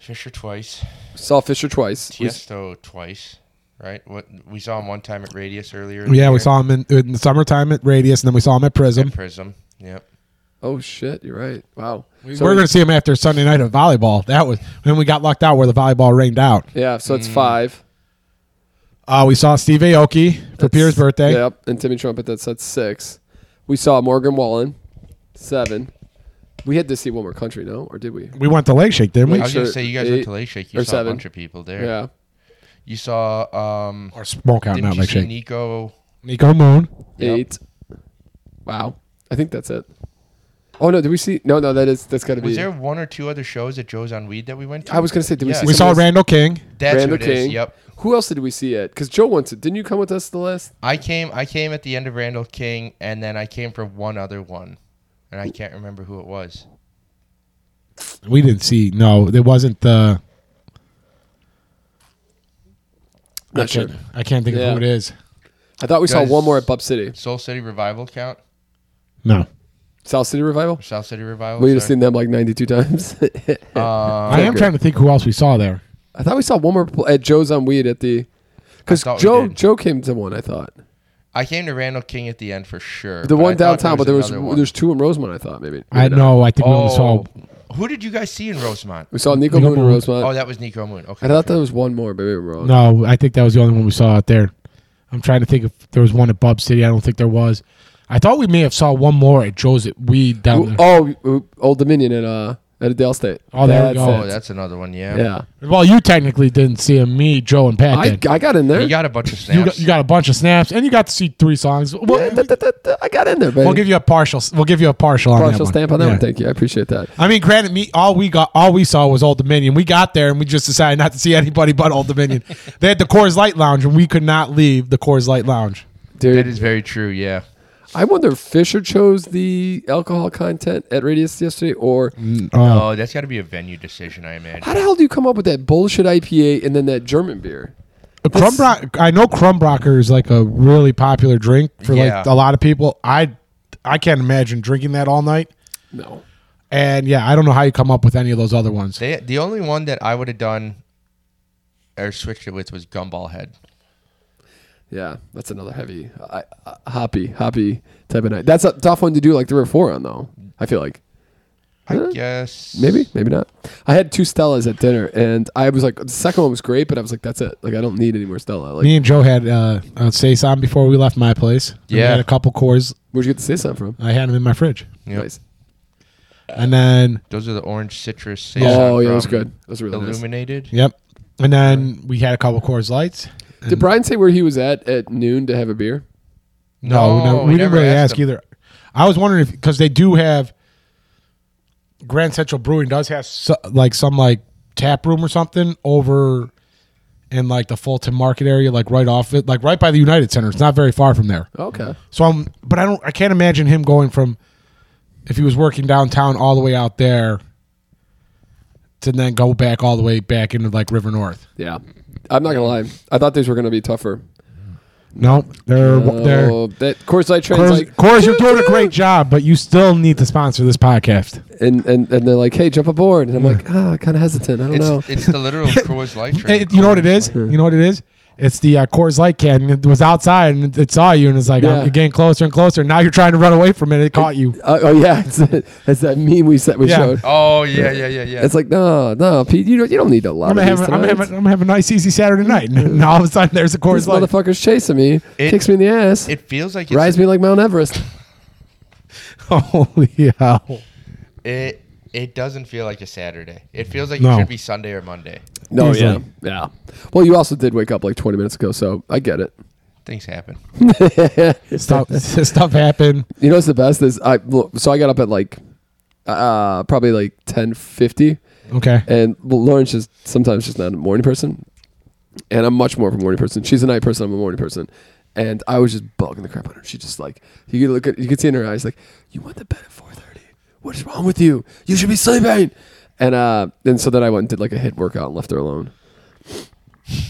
Speaker 2: Fisher twice,
Speaker 3: saw Fisher twice. We-
Speaker 2: Tiesto twice, right? What we saw him one time at Radius earlier. in the
Speaker 1: Yeah, we
Speaker 2: year.
Speaker 1: saw him in, in the summertime at Radius, and then we saw him at Prism.
Speaker 2: Prism. Yep.
Speaker 3: oh shit, you're right. Wow. So
Speaker 1: we're
Speaker 3: we-
Speaker 1: going to see him after Sunday night at volleyball. That was when we got locked out where the volleyball rained out.
Speaker 3: yeah. So
Speaker 2: Mm.
Speaker 3: it's five
Speaker 1: Uh, we saw Steve Aoki for Pierre's birthday.
Speaker 3: Yep, and Timmy Trumpet. That's that's six. We saw Morgan Wallen, seven. We had to see one more country, no, or did we?
Speaker 1: We went to Lake Shake, didn't we?
Speaker 2: I was gonna
Speaker 3: sure
Speaker 2: say you guys
Speaker 3: eight
Speaker 2: went to Lake Shake. You
Speaker 3: or
Speaker 2: saw
Speaker 3: seven.
Speaker 2: a bunch of people there.
Speaker 3: Yeah.
Speaker 2: You saw. Um,
Speaker 1: Or Smokeout,
Speaker 2: didn't
Speaker 1: not
Speaker 2: you
Speaker 1: Lake
Speaker 2: see
Speaker 1: Shake.
Speaker 2: Nico?
Speaker 1: Nico Moon.
Speaker 2: Yep.
Speaker 3: Eight. Wow. I think that's it. Oh no, did we see no no that is that's gotta be
Speaker 2: Was there one or two other shows at Joe's on Weed that we went to?
Speaker 3: I was gonna say, did we
Speaker 2: Yeah.
Speaker 3: see
Speaker 1: We saw
Speaker 3: somebody else-
Speaker 1: Randall King.
Speaker 2: That's
Speaker 3: Randall
Speaker 2: who it is,
Speaker 3: King?
Speaker 2: Yep.
Speaker 3: Who else did we see at? Because Joe went to didn't you come with us the last
Speaker 2: I came I came at the end of Randall King and then I came for one other one and I can't remember who it was.
Speaker 1: We didn't see. No, it wasn't the.
Speaker 3: Not
Speaker 1: I can't,
Speaker 3: sure.
Speaker 1: I can't think
Speaker 3: Yeah.
Speaker 1: of who it is.
Speaker 3: I thought we saw
Speaker 2: Guys-
Speaker 3: one more at Bub City.
Speaker 2: Soul City Revival count?
Speaker 1: No.
Speaker 3: South City Revival?
Speaker 2: South City Revival?
Speaker 3: We just
Speaker 2: sorry.
Speaker 3: seen them like ninety two times. <laughs>
Speaker 2: Uh,
Speaker 1: I am
Speaker 3: Faker.
Speaker 1: trying to think who else we saw there.
Speaker 3: I thought we saw one more pl- at Joe's on Weed at the because
Speaker 2: I thought we
Speaker 3: Joe
Speaker 2: did.
Speaker 3: Joe came to one I thought
Speaker 2: I came to Randall King at the end for sure.
Speaker 3: the
Speaker 2: but I
Speaker 3: one
Speaker 2: thought
Speaker 3: downtown but there was
Speaker 2: another one.
Speaker 3: there's two in Rosemont I thought maybe,
Speaker 1: I
Speaker 3: Maybe not.
Speaker 1: know. I think we
Speaker 2: oh,
Speaker 1: only saw.
Speaker 2: Who did you guys see in Rosemont?
Speaker 3: we saw Nico
Speaker 1: Nico
Speaker 3: Moon in
Speaker 1: Moon.
Speaker 3: Rosemont
Speaker 2: Oh, that was Nico Moon. Okay.
Speaker 3: Uh, I thought there was one more but maybe I'm wrong
Speaker 1: No, I think that was the only one we saw out there. I'm trying to think if there was one at Bub City. I don't think there was. I thought we may have saw one more at Joe's at Weed down
Speaker 3: Who-
Speaker 1: there.
Speaker 3: oh Old Dominion at uh at Dale State.
Speaker 1: Oh, there we
Speaker 3: That's
Speaker 1: go.
Speaker 2: Oh,
Speaker 3: it.
Speaker 2: that's another one. Yeah.
Speaker 3: yeah.
Speaker 1: Well, you technically didn't see him. Me, Joe, and Pat.
Speaker 3: I,
Speaker 1: did.
Speaker 3: I got in there.
Speaker 2: You got a bunch of
Speaker 1: you, got,
Speaker 2: snaps.
Speaker 1: you got a bunch of snaps, and you got to see three songs. We'll,
Speaker 3: Yeah, da- da- da- da- I got in there, baby.
Speaker 1: we'll give you a partial. We'll give you a partial, on that
Speaker 3: partial
Speaker 1: one.
Speaker 3: stamp on that
Speaker 1: Yeah.
Speaker 3: one. Thank you. I appreciate that.
Speaker 1: I mean, granted, me all we got, all we saw was Old Dominion. We got there and we just decided not to see <laughs> anybody but Old Dominion. they had the Coors Light Lounge, and we could not leave the Coors Light Lounge.
Speaker 2: that
Speaker 3: Dude,
Speaker 2: is very true. Yeah.
Speaker 3: I wonder if Fisher chose the alcohol content at Radius yesterday or
Speaker 1: Oh,
Speaker 2: Oh, that's got to be a venue decision, I imagine.
Speaker 3: how the hell do you come up with that bullshit IPA and then that German beer?
Speaker 1: Crumbrock. I know Crumbrocker is like a really popular drink for
Speaker 2: Yeah.
Speaker 1: like a lot of people. I I can't imagine drinking that all night.
Speaker 3: No.
Speaker 1: And yeah, I don't know how you come up with any of those other ones.
Speaker 2: They, the only one that I would have done or switched it with was Gumball Head.
Speaker 3: Yeah, that's another heavy, uh, I, I, hoppy, hoppy type of night. That's a tough one to do like three or four on though. I feel like. Huh?
Speaker 2: Yes.
Speaker 3: Maybe, maybe not. I had two Stellas at dinner, and I was like, the second one was great, but I was like, that's it. Like, I don't need any more Stella. Like,
Speaker 1: Me and Joe had uh, a saison before we left my place. And we
Speaker 2: Yeah.
Speaker 1: had a couple Coors.
Speaker 3: where'd you get the Saison from?
Speaker 1: I had them in my fridge,
Speaker 2: Yep.
Speaker 3: Nice.
Speaker 1: and then
Speaker 2: Those are the orange citrus. saison
Speaker 3: Oh, yeah, that was
Speaker 2: from
Speaker 3: good. That was really nice.
Speaker 2: Illuminated.
Speaker 1: yep, and then we had a couple Coors Lights.
Speaker 3: Did Brian say where he was at at noon to have a beer?
Speaker 1: No, we, never, Oh, we didn't really ask
Speaker 2: them.
Speaker 1: either. I was wondering if because they do have Grand Central Brewing does have so, like some like tap room or something over in like the Fulton Market area, like right off it, like right by the United Center. It's not very far from there.
Speaker 3: Okay.
Speaker 1: So I'm, but I don't, I can't imagine him going from if he was working downtown all the way out there to then go back all the way back into like River North.
Speaker 3: Yeah. I'm not going to lie. I thought these were going to be tougher.
Speaker 1: No, they're they're.
Speaker 3: Oh, that Coors Light train's
Speaker 1: Coors,
Speaker 3: like,
Speaker 1: Coors,
Speaker 3: <laughs>
Speaker 1: you're doing a great job, but you still need to sponsor this podcast.
Speaker 3: and, and, and they're like, hey, jump aboard. And I'm like, ah, kind of hesitant. I don't know.
Speaker 2: It's, it's
Speaker 3: <laughs>
Speaker 2: the literal Coors Light
Speaker 1: Hey,
Speaker 2: train.
Speaker 1: you know what it is? You know what it is? It's the uh, Coors Light can. It was outside and it, it saw you, and it's like,
Speaker 3: Yeah.
Speaker 1: I'm getting closer and closer. Now you're trying to run away from it. It caught you.
Speaker 3: Uh, oh, yeah. <laughs> It's, it's that meme we said we
Speaker 1: Yeah.
Speaker 3: showed.
Speaker 2: Oh yeah, yeah, yeah, yeah.
Speaker 3: It's like, no, no, Pete, you don't, you don't need a lot
Speaker 1: I'm
Speaker 3: of
Speaker 1: gonna, have
Speaker 3: these
Speaker 1: a, I'm, gonna have a,
Speaker 3: tonight.
Speaker 1: I'm gonna have a nice, easy Saturday night. And now all of a sudden, there's a
Speaker 3: This
Speaker 1: Coors Light.
Speaker 3: motherfucker's chasing me,
Speaker 2: It-
Speaker 3: kicks me in the ass,
Speaker 2: it feels like it's
Speaker 3: rides me like Mount Everest.
Speaker 1: <laughs> Holy hell!
Speaker 2: It it doesn't feel like a Saturday. It feels like
Speaker 1: No.
Speaker 2: it should be Sunday or Monday.
Speaker 3: No,
Speaker 1: Easily.
Speaker 3: yeah, yeah. Well, you also did wake up like 20 minutes ago, so I get it.
Speaker 2: Things happen.
Speaker 1: Stuff, stuff happened.
Speaker 3: You know what's the best is I look, so I got up at like uh probably like 10:50,
Speaker 1: Okay.
Speaker 3: and Lauren's just sometimes just not a morning person, and I'm much more of a morning person. She's a night person. I'm a morning person. And I was just bugging the crap out of her. She just like you could look at you could see in her eyes like you went to bed at 4:30. What is wrong with you? You should be sleeping. And uh, and so then I went and did like a hit workout and left her alone.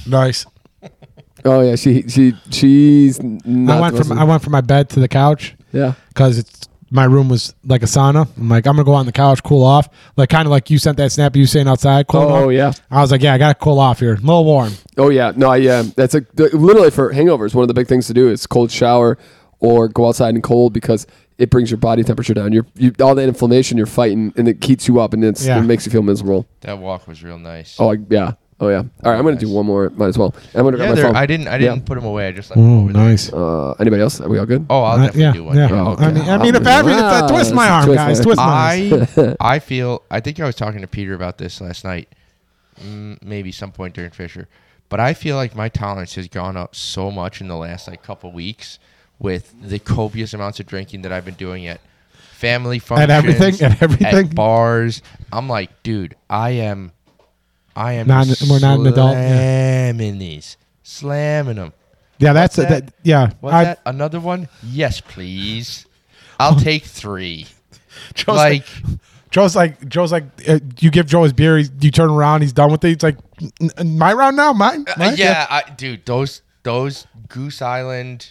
Speaker 1: Nice.
Speaker 3: Oh yeah, she she she's. Not
Speaker 1: I went
Speaker 3: the
Speaker 1: from
Speaker 3: most-
Speaker 1: I went from my bed to the couch
Speaker 3: yeah.
Speaker 1: because it's my room was like a sauna. I'm like, I'm gonna go on the couch, cool off. Like kind of like you sent that snap you saying outside. Cool
Speaker 3: Oh,
Speaker 1: off.
Speaker 3: yeah.
Speaker 1: I was like, yeah, I gotta cool off here. A little warm.
Speaker 3: Oh yeah. No, I yeah. That's a literally for hangovers. One of the big things to do is cold shower or go outside in cold because it brings your body temperature down. You're, you all that inflammation you're fighting and it keeps you up and it's,
Speaker 1: Yeah.
Speaker 3: it makes you feel miserable.
Speaker 2: That walk was real nice.
Speaker 3: Oh I, yeah. Oh yeah. All right, I'm gonna do one more. Might as well. I'm gonna
Speaker 2: yeah,
Speaker 3: grab my
Speaker 2: there,
Speaker 3: phone.
Speaker 2: I didn't I
Speaker 3: Yeah.
Speaker 2: didn't put them away. I just left 'em
Speaker 1: Oh,
Speaker 2: over there.
Speaker 1: nice.
Speaker 3: uh, anybody else? Are we all good?
Speaker 2: Oh, I'll
Speaker 1: Uh,
Speaker 2: definitely
Speaker 1: yeah,
Speaker 2: do one.
Speaker 1: yeah.
Speaker 2: here.
Speaker 3: Oh,
Speaker 1: I mean, I mean, if I, I mean, if I twist my arm,
Speaker 3: Twist my
Speaker 1: guys,
Speaker 3: arm.
Speaker 1: twist my arm. <laughs>
Speaker 2: I I feel I think I was talking to Peter about this last night, mm, maybe some point during Fisher, but I feel like my tolerance has gone up so much in the last like couple weeks with the copious amounts of drinking that I've been doing at family functions,
Speaker 1: everything- at everything.
Speaker 2: bars. I'm like, dude, I am, I am.
Speaker 1: Not- we're not an adult, yeah.
Speaker 2: Slamming these, slamming them.
Speaker 1: Yeah, that's
Speaker 2: What's
Speaker 1: that?
Speaker 2: that?
Speaker 1: Yeah,
Speaker 2: What's
Speaker 1: I-
Speaker 2: that? Another one? Yes, please.
Speaker 1: <laughs>
Speaker 2: I'll take three.
Speaker 1: Joe's
Speaker 2: Like.
Speaker 1: <laughs> Joe's like Joe's like uh, you give Joe his beer, he's, you turn around, he's done with it. He's like, "N- n- my round now, mine.
Speaker 2: Uh,
Speaker 1: mine?"
Speaker 2: yeah, I, dude, those those Goose Island.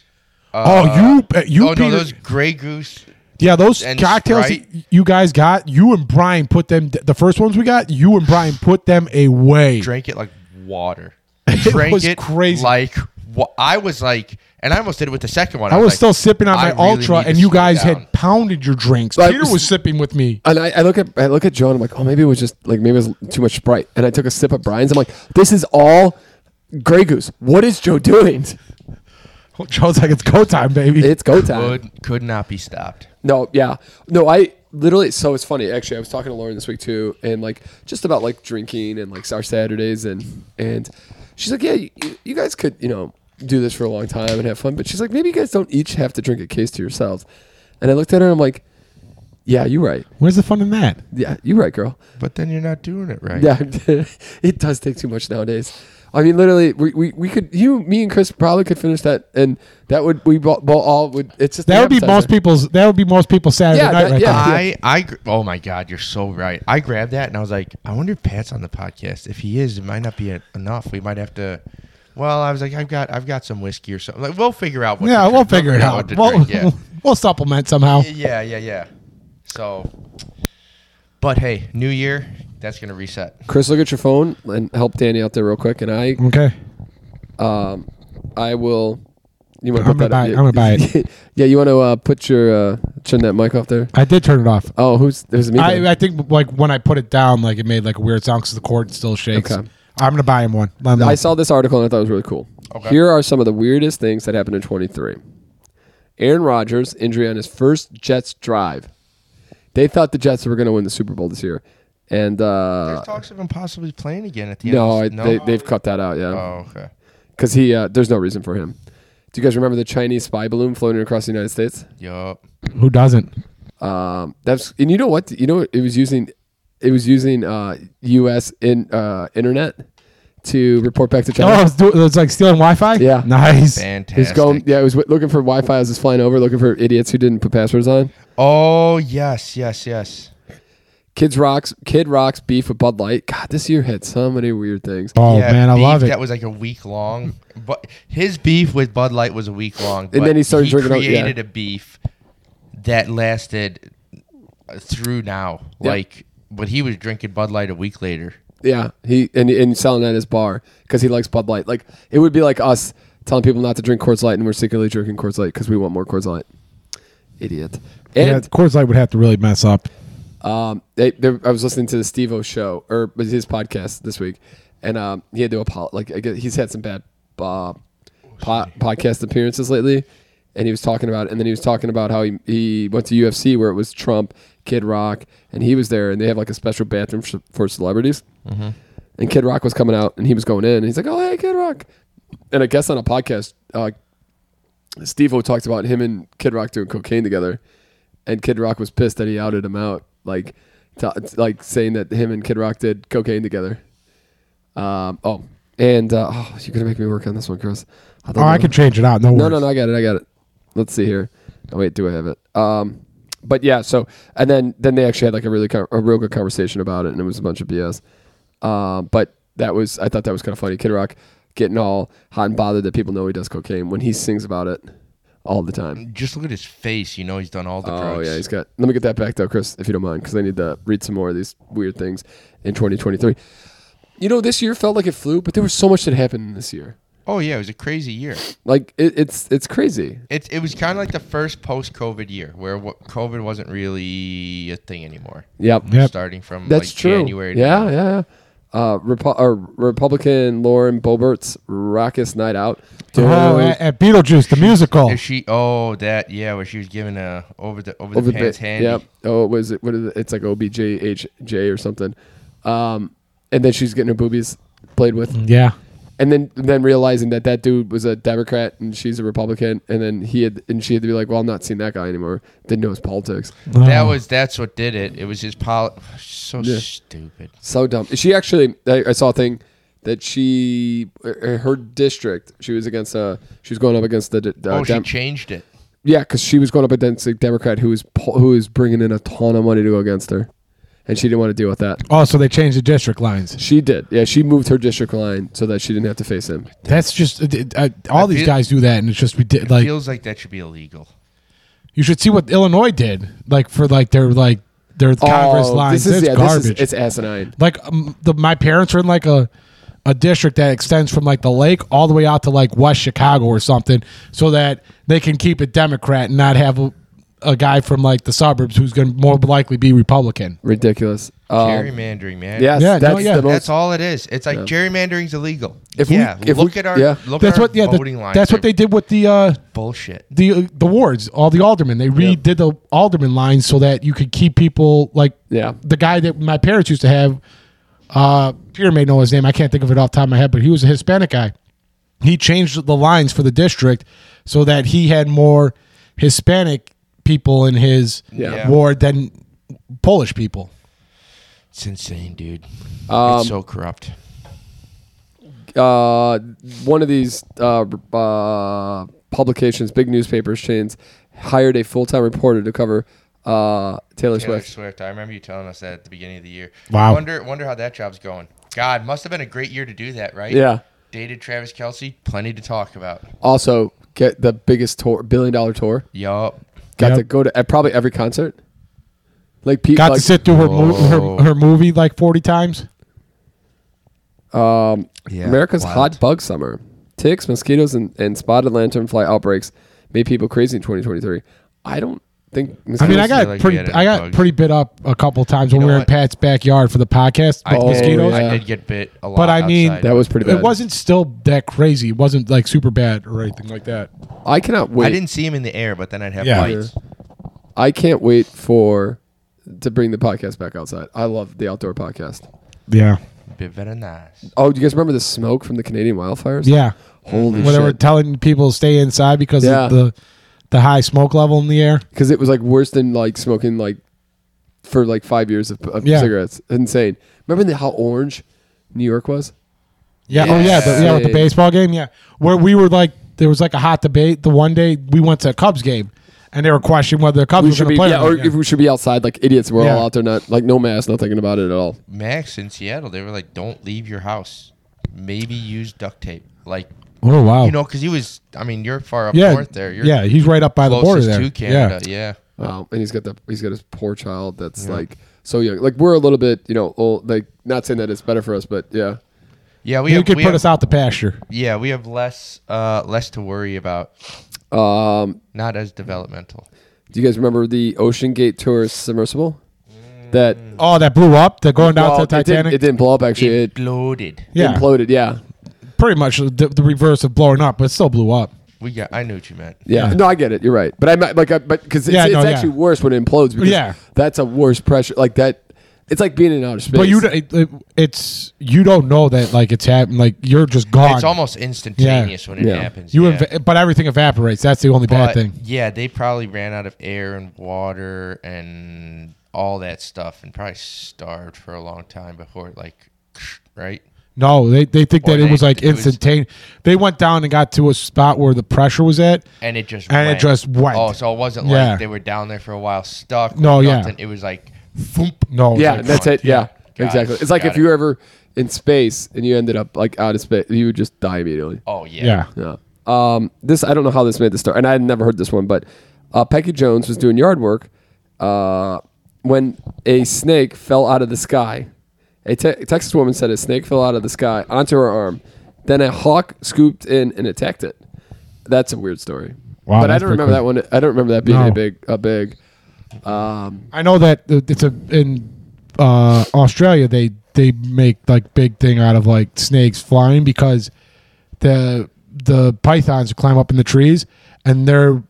Speaker 2: Uh,
Speaker 1: Oh, you- uh, you,
Speaker 2: Oh no,
Speaker 1: Peter-
Speaker 2: those Gray Goose.
Speaker 1: yeah, those
Speaker 2: and
Speaker 1: cocktails
Speaker 2: Sprite.
Speaker 1: y- you guys got. You and Brian put them. The first ones we got, you and Brian put them away.
Speaker 2: Drank it like
Speaker 1: <laughs>
Speaker 2: water. Drank
Speaker 1: was
Speaker 2: it
Speaker 1: crazy.
Speaker 2: Like wa- I was like, and I almost did it with the second one.
Speaker 1: I was
Speaker 2: like,
Speaker 1: still sipping on
Speaker 2: I
Speaker 1: my
Speaker 2: really
Speaker 1: ultra,
Speaker 2: need to
Speaker 1: and you
Speaker 2: slow
Speaker 1: guys
Speaker 2: down.
Speaker 1: had pounded your drinks.
Speaker 3: I
Speaker 1: Peter
Speaker 3: was-
Speaker 1: was sipping with me.
Speaker 2: Oh.
Speaker 3: And I, I look at I look at Joe and I'm like, oh, maybe it was just like maybe it was too much Sprite. And I took a sip of Brian's. I'm like, this is all Grey Goose. What is Joe doing?
Speaker 1: <laughs> Joe's like, it's go time, baby.
Speaker 3: <laughs> It's go time.
Speaker 2: Could, could not be stopped.
Speaker 3: No, yeah. No, I literally so it's funny. Actually, I was talking to Lauren this week too and like just about like drinking and like our Saturdays and and she's like, "Yeah, you, you guys could, you know, do this for a long time and have fun." But she's like, "Maybe you guys don't each have to drink a case to yourselves." And I looked at her and I'm like, "Yeah, you're right.
Speaker 1: Where's the fun in that?
Speaker 3: Yeah, you're right, girl." <laughs>
Speaker 2: But then you're not doing it right.
Speaker 3: Yeah, <laughs> it does take too much nowadays. I mean, literally, we, we, we could you, me, and Chris probably could finish that, and that would we bo- bo- all would. It's just the
Speaker 1: That would be
Speaker 3: appetizer.
Speaker 1: most people's. That would be most people's Saturday
Speaker 3: Yeah,
Speaker 1: night,
Speaker 3: that-
Speaker 1: right <laughs>
Speaker 3: yeah.
Speaker 1: there.
Speaker 2: I, I, gr- oh my God, you're so right. I grabbed that and I was like, I wonder if Pat's on the podcast. If he is, it might not be en- enough. We might have to. Well, I was like, I've got, I've got some whiskey or something. Like, we'll figure out. What to
Speaker 1: yeah,
Speaker 2: drink.
Speaker 1: we'll figure it
Speaker 2: what
Speaker 1: out.
Speaker 2: to
Speaker 1: We'll,
Speaker 2: drink, yeah.
Speaker 1: <laughs> we'll supplement somehow.
Speaker 2: <laughs> yeah, yeah, yeah. So, but hey, New Year, that's gonna reset.
Speaker 3: Chris, look at your phone and help Danny out there real quick, and I
Speaker 1: Okay.
Speaker 3: Um, I will. You want to
Speaker 1: I'm gonna
Speaker 3: put that?
Speaker 1: buy
Speaker 3: up?
Speaker 1: it. I'm gonna buy it.
Speaker 3: <laughs> yeah, you want to uh, put your uh, turn that mic off there?
Speaker 1: I did turn it off.
Speaker 3: Oh, who's there's me? then.
Speaker 1: I, I think like when I put it down, like it made like a weird sound because the cord still shakes.
Speaker 3: Okay.
Speaker 1: I'm gonna buy him one. Let him know.
Speaker 3: I saw this article and I thought it was really cool.
Speaker 2: Okay.
Speaker 3: Here are some of the weirdest things that happened in 23. Aaron Rodgers injury on his first Jets drive. They thought the Jets were going to win the Super Bowl this year, and uh,
Speaker 2: There's talks of him possibly playing again at the end.
Speaker 3: no, I,
Speaker 2: of this-
Speaker 3: They, they've cut that out. Yeah.
Speaker 2: oh, okay.
Speaker 3: because he uh, there's no reason for him. Do you guys remember the Chinese spy balloon floating across the United States?
Speaker 2: Yup.
Speaker 1: Who doesn't?
Speaker 3: Um, that's and you know what you know it was using it was using uh, U.S. in uh, internet to report back to
Speaker 1: Oh,
Speaker 3: China.
Speaker 1: it's, do- it's like stealing Wi-Fi.
Speaker 3: Yeah.
Speaker 1: nice.
Speaker 2: Fantastic.
Speaker 3: It's going yeah, it was w- looking for Wi-Fi as it's flying over, looking for idiots who didn't put passwords on.
Speaker 2: Oh yes, yes, yes.
Speaker 3: Kids rocks, Kid rocks beef with Bud Light. God, this year had so many weird things.
Speaker 1: Oh
Speaker 2: Yeah,
Speaker 1: man, I
Speaker 2: beef
Speaker 1: love it.
Speaker 2: That was like a week long, but his beef with Bud Light was a week long. but
Speaker 3: then he started drinking out- yeah.
Speaker 2: Created a beef that lasted uh, through now,
Speaker 3: Yeah.
Speaker 2: like, but he was drinking Bud Light a week later.
Speaker 3: Yeah, he and and selling at his bar because he likes Bud Light. Like it would be like us telling people not to drink Coors Light and we're secretly drinking Coors Light because we want more Coors Light. Idiot. And
Speaker 1: yeah, Coors Light would have to really mess up.
Speaker 3: Um, they, they, I was listening to the Steve O show or was his podcast this week, and um, he had to apologize. Like I guess he's had some bad uh, po- podcast appearances lately, and he was talking about it. And then he was talking about how he, he went to UFC where it was Trump, Kid Rock, and he was there, and they have like a special bathroom for, for celebrities. And Kid Rock was coming out, and he was going in, and he's like, "Oh hey, Kid Rock," and I guess on a podcast, uh, Steve O talked about him and Kid Rock doing cocaine together, and Kid Rock was pissed that he outed him out, like, to, like saying that him and Kid Rock did cocaine together. Um, oh, and uh, oh, you're gonna make me work on this one, Chris. I
Speaker 2: Uh-huh.
Speaker 1: Oh, I could change it out. No,
Speaker 3: No,
Speaker 1: worries.
Speaker 3: no, no, I got it. I got it. Let's see here. Oh wait, do I have it? Um, but yeah. So and then then they actually had like a really co- a real good conversation about it, and it was a bunch of BS. Um, but that was I thought that was kind of funny. Kid Rock getting all hot and bothered that people know he does cocaine when he sings about it all the time.
Speaker 2: Just look at his face. You know he's done all the
Speaker 3: Oh
Speaker 2: drugs.
Speaker 3: yeah, he's got. Let me get that back though, Chris, if you don't mind, because I need to read some more of these weird things in 2023. You know, this year felt like it flew, but there was so much that happened this year.
Speaker 2: oh yeah, it was a crazy year.
Speaker 3: Like it, it's it's crazy.
Speaker 2: It, it was kind of like the first post-COVID year where what, COVID wasn't really a thing anymore.
Speaker 3: Yep.
Speaker 1: Yep.
Speaker 2: Starting from
Speaker 3: That's
Speaker 2: like
Speaker 3: true.
Speaker 2: January. to
Speaker 3: yeah,
Speaker 2: now.
Speaker 3: yeah, yeah. Uh, Repo- or Republican Lauren Bobert's raucous night out.
Speaker 1: Oh,
Speaker 3: Dude.
Speaker 1: at, at Beetlejuice the musical.
Speaker 2: Is she? Oh, that yeah, where she was giving a over the over,
Speaker 3: over
Speaker 2: the pants
Speaker 3: the,
Speaker 2: handy.
Speaker 3: Yep. Oh, what is it? What is it? It's like OBJHJ or something. Um, and then she's getting her boobies played with.
Speaker 1: Yeah,
Speaker 3: and then then realizing that that dude was a Democrat and she's a Republican, and then he had and she had to be like, "Well, I'm not seeing that guy anymore." Didn't know his politics.
Speaker 2: That
Speaker 1: Oh.
Speaker 2: was that's what did it. It was his poli. So stupid.
Speaker 3: So dumb. She actually, I, I saw a thing that she her her district. She was against uh she was going up against the d- uh,
Speaker 2: oh, she
Speaker 3: Dem-
Speaker 2: changed it.
Speaker 3: yeah, because she was going up against a Democrat who was po- who was bringing in a ton of money to go against her, and she didn't want to deal with that.
Speaker 1: Oh, so they changed the district lines.
Speaker 3: She did. Yeah, she moved her district line so that she didn't have to face him.
Speaker 1: That's just I, I, all
Speaker 2: I
Speaker 1: these
Speaker 2: feel-
Speaker 1: guys do that, and it's just we did like
Speaker 2: Feels like that should be illegal.
Speaker 1: you should see what Illinois did like for like their like their Congress lines. It's garbage.
Speaker 3: This Oh, is, it's asinine.
Speaker 1: like um, the my parents are in like a a district that extends from like the lake all the way out to like West Chicago or something, so that they can keep it Democrat and not have a, a guy from like the suburbs who's going to more likely be Republican.
Speaker 3: Ridiculous. Um,
Speaker 2: gerrymandering, man.
Speaker 3: Yes,
Speaker 1: Um, Yeah, no,
Speaker 3: that's
Speaker 1: yeah.
Speaker 3: the most.
Speaker 2: That's all it is. It's like gerrymandering's illegal.
Speaker 3: If we-
Speaker 2: yeah,
Speaker 3: if
Speaker 2: look
Speaker 3: we-
Speaker 2: at our
Speaker 3: yeah.
Speaker 2: look
Speaker 1: That's
Speaker 2: at our
Speaker 1: what. Yeah, the-
Speaker 2: voting lines.
Speaker 1: that's what
Speaker 2: They're
Speaker 1: they did with the uh,
Speaker 2: bullshit.
Speaker 1: the the wards, all the aldermen. They redid the alderman lines so that you could keep people like
Speaker 3: Yeah.
Speaker 1: the guy that my parents used to have. Uh, Peter may know his name. I can't think of it off the top of my head, but he was a Hispanic guy. He changed the lines for the district so that he had more Hispanic people in his
Speaker 3: Yeah.
Speaker 1: ward than Polish people.
Speaker 2: It's insane, dude.
Speaker 3: Um,
Speaker 2: it's so corrupt.
Speaker 3: uh, one of these uh, uh, publications, big newspapers chains, hired a full time reporter to cover uh, Taylor,
Speaker 2: Taylor
Speaker 3: Swift.
Speaker 2: Swift. I remember you telling us that at the beginning of the year.
Speaker 1: Wow.
Speaker 2: Wonder wonder how that job's going. God, must have been a great year to do that, right?
Speaker 3: Yeah.
Speaker 2: Dated Travis Kelsey. Plenty to talk about.
Speaker 3: Also, get the biggest tour, billion dollar tour.
Speaker 2: Yup.
Speaker 3: Got
Speaker 1: Yep.
Speaker 3: to go to uh, probably every concert. Like people,
Speaker 1: Got
Speaker 3: like,
Speaker 1: to sit through her, mo-
Speaker 2: Whoa.
Speaker 1: her her movie like forty times.
Speaker 3: um,
Speaker 2: Yeah,
Speaker 3: America's
Speaker 2: wild.
Speaker 3: hot bug summer. Ticks, mosquitoes, and, and spotted lanternfly outbreaks made people crazy in 2023. I don't
Speaker 1: I
Speaker 3: think.
Speaker 1: mean, I
Speaker 3: mosquitoes-
Speaker 1: got
Speaker 2: like
Speaker 1: pretty,
Speaker 2: we had any
Speaker 1: I got
Speaker 2: bugs.
Speaker 1: pretty bit up a couple times when
Speaker 2: know
Speaker 1: we were in
Speaker 2: what?
Speaker 1: Pat's backyard for the podcast.
Speaker 2: I
Speaker 1: but
Speaker 2: did-
Speaker 1: mosquitoes.
Speaker 2: I
Speaker 3: yeah.
Speaker 2: did get bit a lot.
Speaker 1: But I mean-
Speaker 3: <laughs>
Speaker 2: outside.
Speaker 3: That was pretty bad.
Speaker 1: It wasn't still that crazy. It wasn't like super bad or anything like that.
Speaker 3: I cannot wait.
Speaker 2: I didn't see him in the air, but then I'd have
Speaker 1: Yeah.
Speaker 2: bites.
Speaker 3: I can't wait for to bring the podcast back outside. I love the outdoor podcast.
Speaker 1: Yeah,
Speaker 2: Bit very nice.
Speaker 3: Oh, do you guys remember the smoke from the Canadian wildfires?
Speaker 1: yeah.
Speaker 3: Holy
Speaker 1: When they were
Speaker 3: shit.
Speaker 1: telling people to stay inside because
Speaker 3: Yeah.
Speaker 1: of the the high smoke level in the air.
Speaker 3: Because it was like worse than like smoking like for like five years of, of
Speaker 1: Yeah.
Speaker 3: cigarettes. Insane. Remember the, how orange New York was?
Speaker 1: Yeah. Oh yeah. The, yeah. With the
Speaker 3: Yeah.
Speaker 1: baseball game. Yeah. Where we were like, there was like a hot debate. The one day we went to a Cubs game, and they were questioning whether the Cubs
Speaker 3: We
Speaker 1: were
Speaker 3: should
Speaker 1: going to
Speaker 3: be
Speaker 1: play.
Speaker 3: yeah,
Speaker 1: or
Speaker 3: or
Speaker 1: not.
Speaker 3: if we should be outside like idiots. We're
Speaker 1: Yeah.
Speaker 3: all out there not like no mask, not thinking about it at all.
Speaker 2: Max in Seattle, they were like, "Don't leave your house. Maybe use duct tape." Like
Speaker 1: oh wow.
Speaker 2: you know, because he was. I mean, you're far up
Speaker 1: yeah.
Speaker 2: north there. You're
Speaker 1: yeah. He's right up by the border
Speaker 2: closest
Speaker 1: there.
Speaker 2: to
Speaker 1: yeah.
Speaker 2: Canada. Yeah.
Speaker 3: Wow. And he's got the he's got his poor child that's like so young. Like we're a little bit, you know, old like not saying that it's better for us, but yeah.
Speaker 2: Yeah, we
Speaker 1: You
Speaker 2: have,
Speaker 1: could
Speaker 2: we
Speaker 1: put
Speaker 2: have-
Speaker 1: us out the pasture.
Speaker 2: Yeah, we have less uh, less to worry about.
Speaker 3: Um
Speaker 2: Not as developmental.
Speaker 3: Do you guys remember the Ocean Gate Tour submersible? That
Speaker 1: Oh, that blew up. They're going down
Speaker 3: well,
Speaker 1: to the
Speaker 3: it, didn't,
Speaker 1: Titanic.
Speaker 3: it didn't blow up actually. It
Speaker 2: Imploded.
Speaker 1: yeah,
Speaker 3: imploded. Yeah.
Speaker 1: pretty much the, the reverse of blowing up, but it still blew up.
Speaker 2: We got. I knew what you meant.
Speaker 3: yeah,
Speaker 1: Yeah.
Speaker 3: No, I get it. You're right. But I'm not- like, I, but because it's,
Speaker 1: Yeah,
Speaker 3: it's
Speaker 1: no, yeah.
Speaker 3: actually worse when it implodes. Because
Speaker 1: Yeah.
Speaker 3: That's a worse pressure. Like that. It's like being in outer space.
Speaker 1: But you, it, it- it's you don't know that like it's happened. Like you're just gone.
Speaker 2: It's almost instantaneous when it
Speaker 3: Yeah.
Speaker 2: happens.
Speaker 1: you,
Speaker 2: yeah.
Speaker 1: eva- but everything evaporates. That's the only bad
Speaker 2: But,
Speaker 1: thing.
Speaker 2: Yeah, they probably ran out of air and water and all that stuff, and probably starved for a long time before, like, <sniffs> right?
Speaker 1: No, they, they think
Speaker 2: Or
Speaker 1: that it
Speaker 2: they-
Speaker 1: was like
Speaker 2: it was-
Speaker 1: instantaneous. They went down and got to a spot where the pressure was at.
Speaker 2: And it just
Speaker 1: And it
Speaker 2: went.
Speaker 1: just went.
Speaker 2: Oh, so it wasn't
Speaker 1: Yeah.
Speaker 2: like they were down there for a while, stuck.
Speaker 1: No,
Speaker 2: with
Speaker 1: yeah.
Speaker 2: nothing. It was like, foomp.
Speaker 1: No,
Speaker 3: Yeah,
Speaker 1: like-
Speaker 3: that's it. Yeah,
Speaker 2: Got
Speaker 3: exactly.
Speaker 2: it.
Speaker 3: It's like
Speaker 2: Got
Speaker 3: if
Speaker 2: it.
Speaker 3: you were ever in space and you ended up like out of space, you would just die immediately.
Speaker 2: Oh
Speaker 1: yeah.
Speaker 3: Yeah. Um, this I don't know how this made the start, and I had never heard this one, but uh, Peggy Jones was doing yard work uh, when a snake fell out of the sky. A te- Texas woman said a snake fell out of the sky onto her arm. Then a hawk scooped in and attacked it. That's a weird story.
Speaker 1: Wow,
Speaker 3: but I
Speaker 1: that's
Speaker 3: don't
Speaker 1: pretty
Speaker 3: remember that one. I don't remember that being
Speaker 1: No.
Speaker 3: a big a big.
Speaker 1: I know that th- it's a in uh, Australia they they make like big thing out of like snakes flying because the the pythons climb up in the trees and they're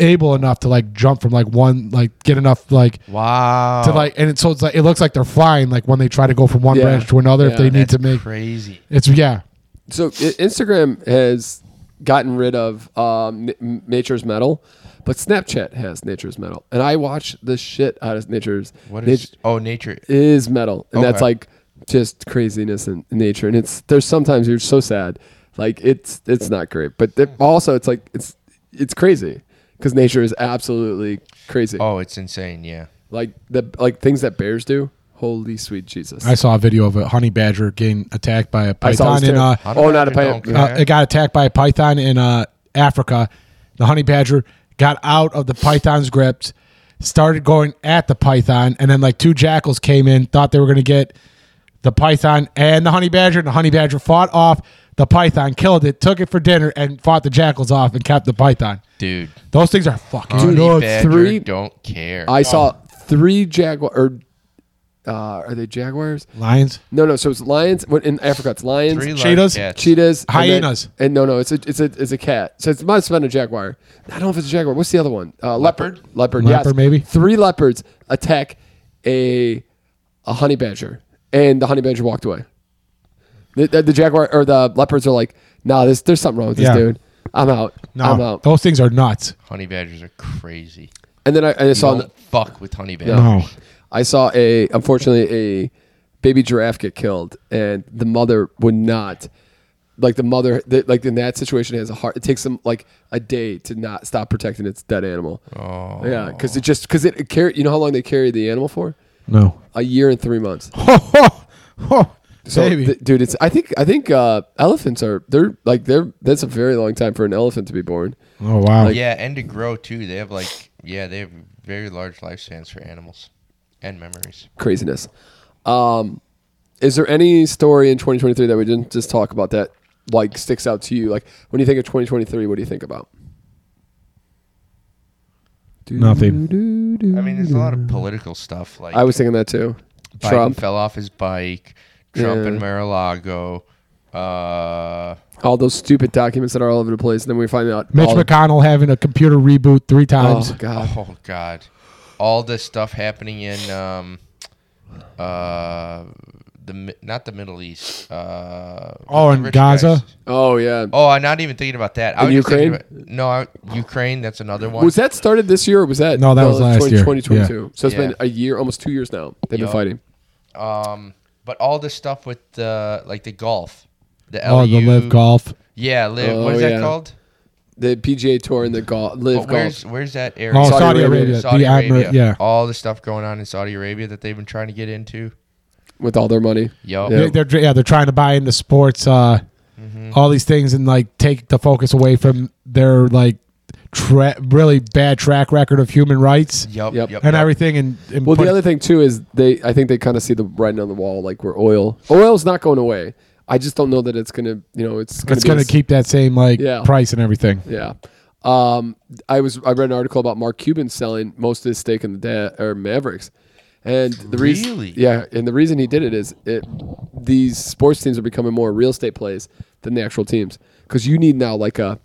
Speaker 1: able enough to like jump from like one like get enough like
Speaker 2: Wow.
Speaker 1: to like and it, so it's like it looks like they're flying like when they try to go from one
Speaker 3: Yeah.
Speaker 1: branch to another if
Speaker 3: Yeah.
Speaker 1: they need
Speaker 2: That's
Speaker 1: to make
Speaker 2: crazy.
Speaker 1: it's yeah
Speaker 3: So I- Instagram has gotten rid of um, n- Nature's Metal, but Snapchat has Nature's Metal, and I watch the shit out of Nature's.
Speaker 2: What
Speaker 3: Nat-
Speaker 2: is? oh, nature.
Speaker 3: is metal, and that's
Speaker 2: Okay.
Speaker 3: like just craziness in nature. And it's there's sometimes you're so sad, like it's it's not great, but there- also it's like it's it's crazy because nature is absolutely crazy.
Speaker 2: Oh, it's insane. Yeah.
Speaker 3: Like the like things that bears do. Holy sweet Jesus!
Speaker 1: I saw a video of a honey badger getting attacked by a
Speaker 3: I saw
Speaker 1: python
Speaker 3: this
Speaker 1: in
Speaker 3: too.
Speaker 1: uh,
Speaker 3: oh, not a
Speaker 2: Don't
Speaker 3: python.
Speaker 1: uh,
Speaker 2: care.
Speaker 1: it got attacked by a python in uh, Africa. The honey badger got out of the python's grips, started going at the python, and then like two jackals came in, thought they were going to get the python and the honey badger. And the honey badger fought off the python, killed it, took it for dinner, and fought the jackals off and kept the python.
Speaker 2: Dude.
Speaker 1: Those things are fucking.
Speaker 2: Honey
Speaker 3: no,
Speaker 2: badger
Speaker 3: three-
Speaker 1: Oh.
Speaker 2: don't care.
Speaker 3: I saw three jaguar or uh, are they jaguars?
Speaker 1: Lions,
Speaker 3: No, no. So it's lions. What in Africa? It's lions,
Speaker 2: Three live
Speaker 1: Cheetahs?
Speaker 2: cats.
Speaker 3: cheetahs, and then-
Speaker 1: Hyenas.
Speaker 3: And, no, no. It's a it's a it's a cat. So it's must have been a jaguar. I don't know if it's a jaguar. What's the other one? Uh, leopard. Leopard. yes.
Speaker 1: Leopard, maybe.
Speaker 3: Three leopards attack a a honey badger, and the honey badger walked away. The, the, the jaguar or the leopards are like, nah, this, there's something wrong with this
Speaker 1: Yeah.
Speaker 3: dude. I'm out.
Speaker 1: no,
Speaker 3: I'm out.
Speaker 1: those things are nuts.
Speaker 2: Honey badgers are crazy.
Speaker 3: And then I, I saw
Speaker 2: Don't fuck with honey badgers.
Speaker 1: No,
Speaker 3: I saw a unfortunately a baby giraffe get killed, and the mother would not. Like the mother, the, like in that situation, has a heart. It takes them like a day to not stop protecting its dead animal. Oh, yeah, because it just because it, it carry. You know how long they carry the animal for?
Speaker 1: <laughs> no.
Speaker 3: A year and three months.
Speaker 1: Ho, ho, ho.
Speaker 3: So,
Speaker 1: Baby.
Speaker 3: th- dude, it's. I think I think uh, elephants are. They're like they're. That's a very long time for an elephant to be born.
Speaker 1: oh wow.
Speaker 2: Yeah, and to grow too. They have like yeah, they have very large lifespans for animals and memories.
Speaker 3: Craziness. Um, is there any story in 2023 that we didn't just talk about that like sticks out to you? Like when you think of 2023, what do you think about?
Speaker 1: Nothing.
Speaker 2: I mean, there's a lot of political stuff like
Speaker 3: I was thinking that too.
Speaker 2: Biden
Speaker 3: Trump,
Speaker 2: fell off his bike, Trump
Speaker 3: Yeah. Oh.
Speaker 2: and Mar-a-Lago. Uh,
Speaker 3: all those stupid documents that are all over the place, and then we find out.
Speaker 1: Mitch
Speaker 3: all-
Speaker 1: McConnell having a computer reboot three times.
Speaker 3: Oh God.
Speaker 2: oh God, all this stuff happening in um, uh, the Mi- not the Middle East. Uh,
Speaker 1: Oh,
Speaker 2: the
Speaker 1: in
Speaker 2: rich
Speaker 1: Gaza?
Speaker 2: guys.
Speaker 3: Oh yeah.
Speaker 2: Oh, I'm not even thinking about that. I
Speaker 3: In
Speaker 2: was just thinking
Speaker 3: Ukraine?
Speaker 2: about- no, I, Ukraine. That's another one.
Speaker 3: Was that started this year or was that?
Speaker 1: No, that was last year.
Speaker 3: 2022. So it's
Speaker 2: Yeah.
Speaker 3: been a year, almost two years now. They've been
Speaker 2: Yup.
Speaker 3: fighting.
Speaker 2: Um, but all this stuff with the like the golf, the
Speaker 1: Oh, the
Speaker 2: LU
Speaker 1: live golf.
Speaker 2: Yeah, live. what
Speaker 3: Oh,
Speaker 2: is
Speaker 3: yeah.
Speaker 2: that called?
Speaker 3: The PGA Tour and the golf, live
Speaker 2: Well,
Speaker 3: golf.
Speaker 2: where's where's that area?
Speaker 1: Oh,
Speaker 3: Saudi
Speaker 1: Saudi,
Speaker 3: Arabia.
Speaker 1: Arabia.
Speaker 2: Saudi
Speaker 1: the Admir-
Speaker 2: Arabia.
Speaker 1: yeah.
Speaker 2: All the stuff going on in Saudi Arabia that they've been trying to get into.
Speaker 3: with all their money. Yeah.
Speaker 2: Yup.
Speaker 1: They're, they're dr- yeah, they're trying to buy into sports, uh,
Speaker 3: Mm-hmm.
Speaker 1: all these things, and like take the focus away from their like tra- really bad track record of human rights
Speaker 2: Yup.
Speaker 3: Yep.
Speaker 2: Yup.
Speaker 1: and
Speaker 2: yup.
Speaker 1: everything. And, and
Speaker 3: Well,
Speaker 1: put-
Speaker 3: the other thing too is they. I think they kind of see the writing on the wall, like where oil. Oil's not going away. I just don't know that it's gonna. You know, it's gonna.
Speaker 1: it's
Speaker 3: be
Speaker 1: going to
Speaker 3: as-
Speaker 1: keep that same like
Speaker 3: Yeah.
Speaker 1: price and everything.
Speaker 3: Yeah. Um, I was. I read an article about Mark Cuban selling most of his stake in the da- or Mavericks, and the reason.
Speaker 2: Really?
Speaker 3: Yeah, and the reason he did it is it. These sports teams are becoming more real estate plays than the actual teams because you need now like a,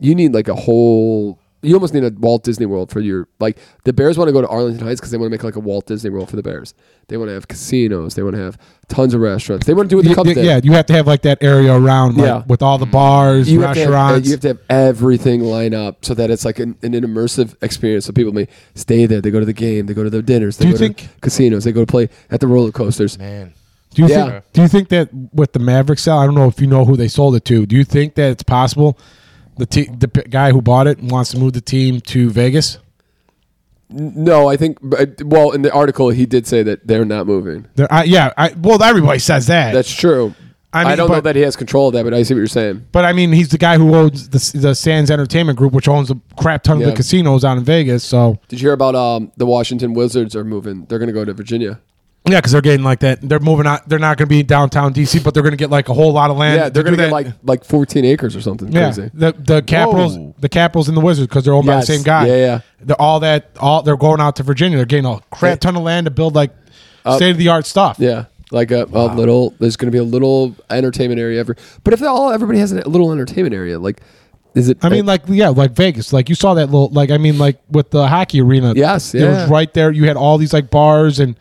Speaker 3: you need like a whole. You almost need a Walt Disney World for your like the Bears want to go to Arlington Heights because they want to make like a Walt Disney World for the Bears. They want to have casinos. They want to have tons of restaurants. They want to do what the
Speaker 1: Y-
Speaker 3: Cubs
Speaker 1: y-
Speaker 3: did.
Speaker 1: yeah, you have to have like that area around, like,
Speaker 3: Yeah. Mm-hmm.
Speaker 1: with all the bars,
Speaker 3: you have, to have,
Speaker 1: restaurants.
Speaker 3: you have to have everything line up so that it's like an, an immersive experience. So people may stay there. They go to the game. They go to their dinners. They
Speaker 1: Do you
Speaker 3: go to
Speaker 1: think-
Speaker 3: casinos. They go to play at the roller coasters.
Speaker 2: Man.
Speaker 1: do you
Speaker 3: yeah.
Speaker 1: think? Do you think that with the Maverick sale, I don't know if you know who they sold it to. Do you think that it's possible the te- the p- guy who bought it wants to move the team to Vegas?
Speaker 3: N- No, I think. but- Well, in the article, he did say that they're not moving.
Speaker 1: There, I, yeah, I, well, everybody says that.
Speaker 3: That's true. I,
Speaker 1: I mean,
Speaker 3: don't know
Speaker 1: but-
Speaker 3: that he has control of that, but I see what you're saying.
Speaker 1: But I mean, he's the guy who owns the, the Sands Entertainment Group, which owns a crap ton of
Speaker 3: Yeah.
Speaker 1: the casinos out in Vegas. So
Speaker 3: Did you hear about um, the Washington Wizards are moving? They're going to go to Virginia.
Speaker 1: yeah, because they're getting like that. They're moving out. They're not going to be in downtown DC, but they're going to get like a whole lot of land.
Speaker 3: yeah, they're
Speaker 1: to
Speaker 3: going
Speaker 1: do
Speaker 3: to get
Speaker 1: that.
Speaker 3: like like 14 acres or something
Speaker 1: yeah,
Speaker 3: crazy.
Speaker 1: the the Capitals,
Speaker 2: Whoa.
Speaker 1: the Capitals and the Wizards because they're owned by
Speaker 3: Yes.
Speaker 1: the same guy.
Speaker 3: Yeah, yeah.
Speaker 1: They're all that. All they're going out to Virginia. They're getting a crap ton of land to build like state of the art stuff.
Speaker 3: Yeah, like a, a little. There's going to be a little entertainment area. Every, but if all everybody has a little entertainment area, like, is it?
Speaker 1: I mean, like yeah, like Vegas. Like you saw that little. Like I mean, like with the hockey arena.
Speaker 3: Yes,
Speaker 1: it
Speaker 3: yeah.
Speaker 1: was right there. You had all these like bars and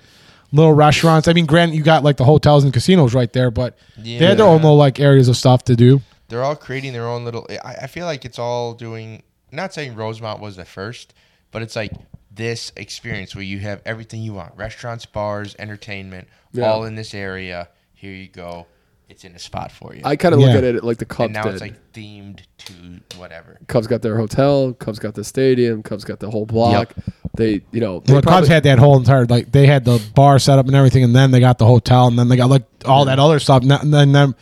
Speaker 1: little restaurants. I mean, granted, you got like the hotels and casinos right there, but they had their own
Speaker 2: Yeah.
Speaker 1: little like areas of stuff to do.
Speaker 2: They're all creating their own little. I, I feel like it's all doing. Not saying Rosemont was the first, but it's like this experience where you have everything you want: restaurants, bars, entertainment,
Speaker 3: Yeah.
Speaker 2: all in this area. Here you go. It's in a spot for you.
Speaker 3: I kind of look
Speaker 1: Yeah.
Speaker 3: at it like the Cubs
Speaker 2: and now
Speaker 3: did.
Speaker 2: it's like themed to whatever.
Speaker 3: Cubs got their hotel. Cubs got the stadium. Cubs got the whole block. They, you know, they
Speaker 1: Well, the Cubs
Speaker 3: probably-
Speaker 1: had that whole entire like they had the bar set up and everything, and then they got the hotel, and then they got like all that other stuff, and then, and then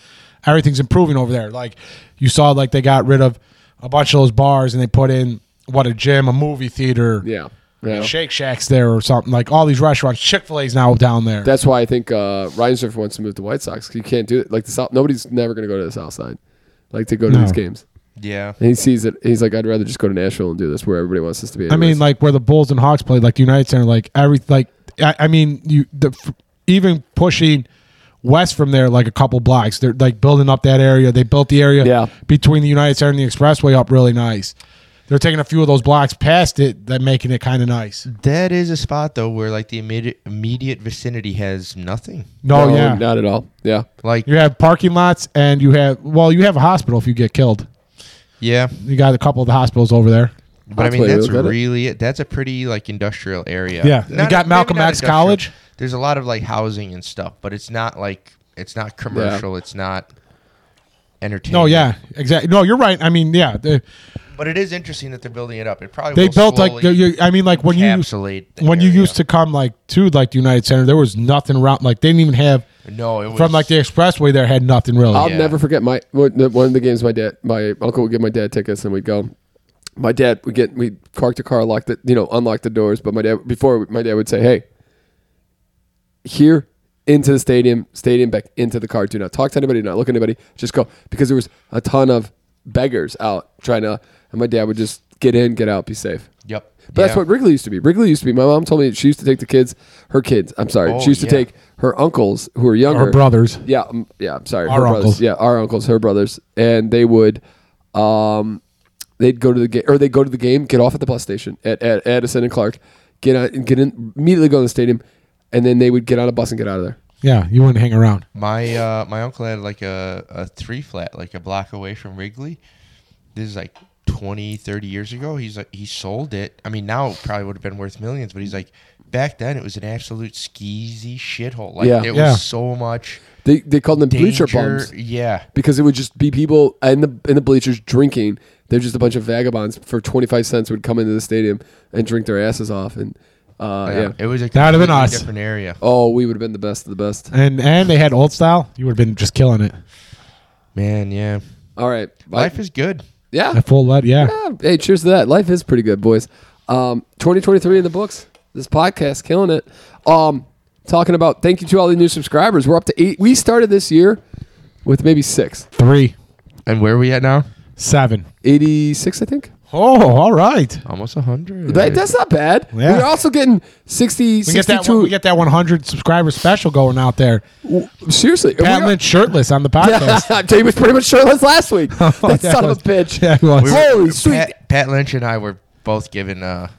Speaker 1: everything's improving over there. Like you saw, like they got rid of a bunch of those bars, and they put in what a gym, a movie theater,
Speaker 3: yeah, yeah.
Speaker 1: Shake Shacks there or something like all these restaurants. Chick Fil A's now down there.
Speaker 3: That's why I think uh, Reinsdorf wants to move to White Sox. 'cause You can't do it like the South. Nobody's never going to go to the South Side, like to go to
Speaker 1: No.
Speaker 3: these games.
Speaker 2: Yeah.
Speaker 3: And he sees it. He's like, I'd rather just go to Nashville and do this where everybody wants us to be.
Speaker 1: I
Speaker 3: anyways.
Speaker 1: mean, like where the Bulls and Hawks played, like the United Center, like every like I, I mean, you the f- even pushing west from there like a couple blocks. They're like building up that area. They built the area
Speaker 3: Yeah.
Speaker 1: between the United Center and the Expressway up really nice. They're taking a few of those blocks past it, that making it kind of nice.
Speaker 2: That is a spot though where like the immediate immediate vicinity has nothing.
Speaker 1: No, oh, yeah,
Speaker 3: not at all. Yeah,
Speaker 2: Like
Speaker 1: you have parking lots and you have well, you have a hospital if you get killed.
Speaker 2: yeah,
Speaker 1: You got a couple of the hospitals over there.
Speaker 2: but I
Speaker 3: That's
Speaker 2: mean
Speaker 3: why they
Speaker 2: that's
Speaker 3: look at it.
Speaker 2: really it. That's a pretty like industrial area.
Speaker 1: Yeah. You got
Speaker 2: maybe
Speaker 1: Malcolm
Speaker 2: not
Speaker 1: X
Speaker 2: industrial.
Speaker 1: College?
Speaker 2: There's a lot of like housing and stuff, but it's not like it's not commercial. It's not entertainment.
Speaker 1: No, yeah, exactly. No, you're right. I mean, yeah, they,
Speaker 2: But it is interesting that they're building it up. It probably
Speaker 1: they
Speaker 2: will
Speaker 1: built like
Speaker 2: slowly
Speaker 1: you- I mean, like when you
Speaker 2: encapsulate the
Speaker 1: when you
Speaker 2: area.
Speaker 1: used to come like to like the United Center, there was nothing around. Like they didn't even have
Speaker 2: no it was
Speaker 1: from like the expressway. There had nothing really.
Speaker 3: I'll
Speaker 2: Yeah.
Speaker 3: never forget my one the- one of the games. My dad, my uncle would give my dad tickets, and we'd go. My dad would get we parked the car, locked it, you know, unlock the doors. But my dad before my dad would say, "Hey, here into the stadium, stadium back into the car. Do not talk to anybody. Do not look at anybody. Just go." Because there was a ton of beggars out trying to, and my dad would just get in, get out, be safe.
Speaker 2: yep.
Speaker 3: But that's
Speaker 2: Yeah.
Speaker 3: what Wrigley used to be. Wrigley used to be. My mom told me she used to take the kids, her kids. I'm sorry,
Speaker 2: Oh,
Speaker 3: she used to
Speaker 2: yeah.
Speaker 3: take her uncles who were younger,
Speaker 1: Or brothers.
Speaker 3: yeah, um, yeah. I'm sorry.
Speaker 1: Our
Speaker 3: her
Speaker 1: uncles.
Speaker 3: Brothers. Yeah, our uncles, her brothers, and they would, um, they'd go to the game or they would go to the game, get off at the bus station at, at Addison and Clark, get out and get in immediately go to the stadium, and then they would get on a bus and get out of there.
Speaker 1: Yeah, you wouldn't hang around.
Speaker 2: My uh, my uncle had like a, a three flat, like a block away from Wrigley. This is like 20, 30 years ago. He's like he sold it. I mean, now it probably would have been worth millions, but he's like back then it was an absolute skeezy shithole. Like
Speaker 3: Yeah.
Speaker 2: it
Speaker 1: Yeah.
Speaker 2: was so much
Speaker 3: They they called them
Speaker 2: danger.
Speaker 3: bleacher bums
Speaker 2: Yeah,
Speaker 3: because it would just be people in the in the bleachers drinking. They're just a bunch of vagabonds for 25 cents would come into the stadium and drink their asses off and uh, yeah.
Speaker 2: Oh, yeah. It was a
Speaker 1: That would've been
Speaker 2: completely
Speaker 1: us.
Speaker 2: different area.
Speaker 3: Oh, we would have been the best of the best.
Speaker 1: And and they had old style. You would have been just killing it.
Speaker 2: Man, yeah,
Speaker 3: All right. Bye.
Speaker 2: life is good.
Speaker 3: yeah.
Speaker 1: That full lead, yeah.
Speaker 3: Yeah, hey, cheers to that. Life is pretty good, boys. Um, 2023 in the books. This podcast killing it. Um, talking about thank you to all the new subscribers. We're up to eight. We started this year with maybe six,
Speaker 1: Three,
Speaker 2: And where are we at now?
Speaker 1: seven.
Speaker 3: 86, I think.
Speaker 1: Oh, all right.
Speaker 2: Almost hundred.
Speaker 3: That, that's not bad.
Speaker 1: Yeah.
Speaker 3: We're also getting 60,
Speaker 1: We get that
Speaker 3: 62
Speaker 1: one, we get that 100 subscriber special going out there.
Speaker 3: Seriously,
Speaker 1: Pat
Speaker 3: we <laughs>
Speaker 1: Lynch shirtless on the podcast.
Speaker 3: are, Jay was pretty much shirtless
Speaker 1: <laughs>
Speaker 3: last week. that, son
Speaker 1: was-
Speaker 3: of a bitch.
Speaker 1: Oh, Yeah, <laughs> he was. We
Speaker 2: were-
Speaker 3: Holy sweet.
Speaker 2: Pat, Pat Lynch and I were both given uh,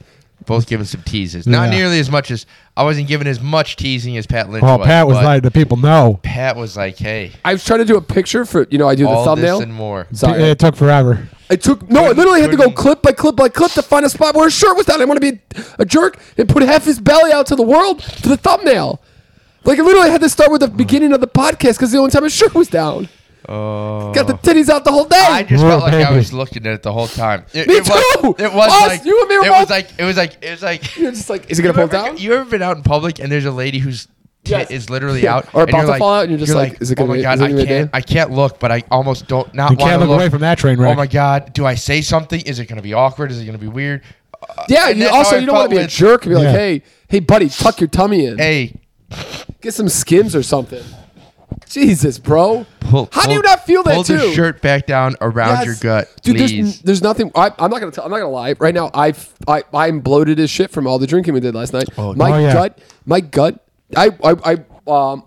Speaker 2: both given some teases. Not
Speaker 1: Yeah.
Speaker 2: nearly as much as I wasn't given as much teasing as Pat Lynch.
Speaker 1: Oh, Pat was
Speaker 2: but
Speaker 1: like the people know.
Speaker 2: Pat was like, hey,
Speaker 3: I was trying to do a picture for you know I do the
Speaker 2: all
Speaker 3: thumbnail.
Speaker 2: this and more.
Speaker 3: Sorry.
Speaker 1: It took forever.
Speaker 3: It took no. I literally had to go
Speaker 2: couldn't-
Speaker 3: clip by clip by clip to find a spot where his shirt was down. I want to be a jerk and put half his belly out to the world for the thumbnail. Like I literally had to start with the beginning of the podcast because the only time his shirt was down.
Speaker 2: Oh.
Speaker 3: Got the titties out the whole day.
Speaker 2: I just
Speaker 1: Oh,
Speaker 2: felt like I
Speaker 1: baby.
Speaker 2: was looking at it the whole time. It,
Speaker 3: Me
Speaker 2: it was-
Speaker 3: too!
Speaker 2: it was
Speaker 3: Us,
Speaker 2: like
Speaker 3: you and me were
Speaker 2: it
Speaker 3: both-
Speaker 2: was like it was like it was like.
Speaker 3: <laughs> You're just like, is he gonna pull it
Speaker 2: you ever,
Speaker 3: down?
Speaker 2: You ever been out in public and there's a lady who's tit
Speaker 3: Yes.
Speaker 2: is literally
Speaker 3: Yeah.
Speaker 2: out
Speaker 3: Or
Speaker 2: and
Speaker 3: about to
Speaker 2: like-
Speaker 3: fall out, and you're just like, is it gonna
Speaker 2: oh my
Speaker 3: be-
Speaker 2: god,
Speaker 3: is it
Speaker 2: I
Speaker 3: gonna be
Speaker 2: can't,
Speaker 3: there?
Speaker 2: I can't look, but I almost don't not
Speaker 1: You
Speaker 2: want
Speaker 1: can't
Speaker 2: to
Speaker 1: look away from that train wreck.
Speaker 2: Oh my god, do I say something? Is it gonna be awkward? Is it gonna be weird? Uh,
Speaker 3: yeah.
Speaker 2: and
Speaker 3: You
Speaker 2: that's
Speaker 3: also
Speaker 2: how I
Speaker 3: you don't want
Speaker 2: felt
Speaker 3: to be a
Speaker 2: with,
Speaker 3: jerk and be
Speaker 1: Yeah.
Speaker 3: like, hey, hey, buddy, tuck your tummy in.
Speaker 2: Hey,
Speaker 3: Get some skims or something. Jesus, bro.
Speaker 2: pull,
Speaker 3: How do
Speaker 2: pull-
Speaker 3: you not feel that
Speaker 2: Pull the
Speaker 3: too?
Speaker 2: shirt back down around
Speaker 3: Yes.
Speaker 2: your gut,
Speaker 3: dude. There's,
Speaker 2: please.
Speaker 3: n- there's nothing. I, I'm not gonna. Tell, I'm not gonna lie. Right now, I've, I I'm bloated as shit from all the drinking we did last night. my
Speaker 1: Oh, yeah.
Speaker 3: gut, my gut. I I, I um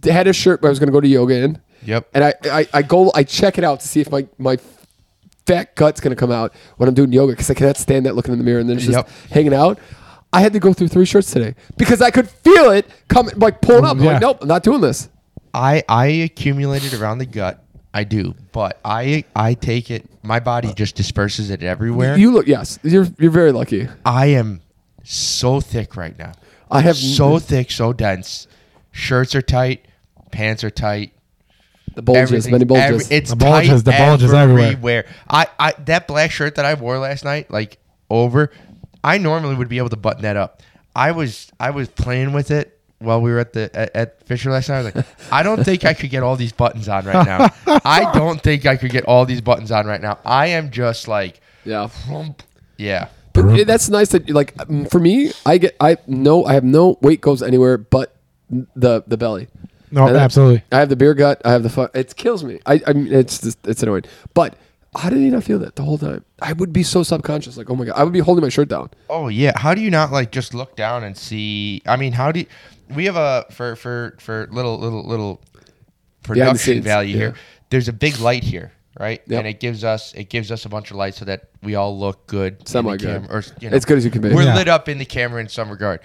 Speaker 3: d- had a shirt where I was gonna go to yoga in.
Speaker 2: Yep.
Speaker 3: And I, I I go I check it out to see if my my fat gut's gonna come out when I'm doing yoga because I cannot stand that looking in the mirror and then it's just
Speaker 2: Yep.
Speaker 3: hanging out. I had to go through three shirts today because I could feel it coming, like pulling
Speaker 2: Mm,
Speaker 3: up. I'm
Speaker 1: Yeah.
Speaker 3: like, nope, I'm not doing this.
Speaker 2: I I accumulated around the gut. I do, but I I take it. My body just disperses it everywhere.
Speaker 3: Uh, You look, yes, you're you're very lucky.
Speaker 2: I am so thick right now.
Speaker 3: I have
Speaker 2: so thick, so dense. Shirts are tight, pants are tight.
Speaker 3: The bulges,
Speaker 2: everything-
Speaker 3: many bulges.
Speaker 2: every- it's
Speaker 1: The
Speaker 2: tight
Speaker 1: bulges, the bulges everywhere.
Speaker 2: I, I that black shirt that I wore last night, like over, I normally would be able to button that up. I was I was playing with it while we were at the at, at Fisher last night. I was like, <laughs> I don't think I could get all these buttons on right
Speaker 1: <laughs>
Speaker 2: now. I don't think I could get all these buttons on right now. I am just like,
Speaker 3: yeah.
Speaker 2: plump. yeah.
Speaker 3: But it- that's nice that like um, for me, I get I no I have no weight goes anywhere but the the belly.
Speaker 1: No,
Speaker 3: And I-
Speaker 1: absolutely.
Speaker 3: I have the beer gut. I have the fu- It kills me. I I mean, it's just, it's annoying. But How did he not feel that the whole time? I would be so subconscious. Like, oh my god, I would be holding my shirt down.
Speaker 2: Oh yeah, how do you not like just look down and see? I mean, how do you, we have a for for for little little little
Speaker 3: Behind the
Speaker 2: production
Speaker 3: scenes,
Speaker 2: value
Speaker 3: yeah.
Speaker 2: here? There's a big light here, right?
Speaker 3: Yep.
Speaker 2: And it gives us it gives us a bunch of light so that we all look good. in the
Speaker 3: Semi-good.
Speaker 2: camera, or, you know,
Speaker 3: As good as you can be.
Speaker 2: We're
Speaker 1: Yeah.
Speaker 2: lit up in the camera in some regard.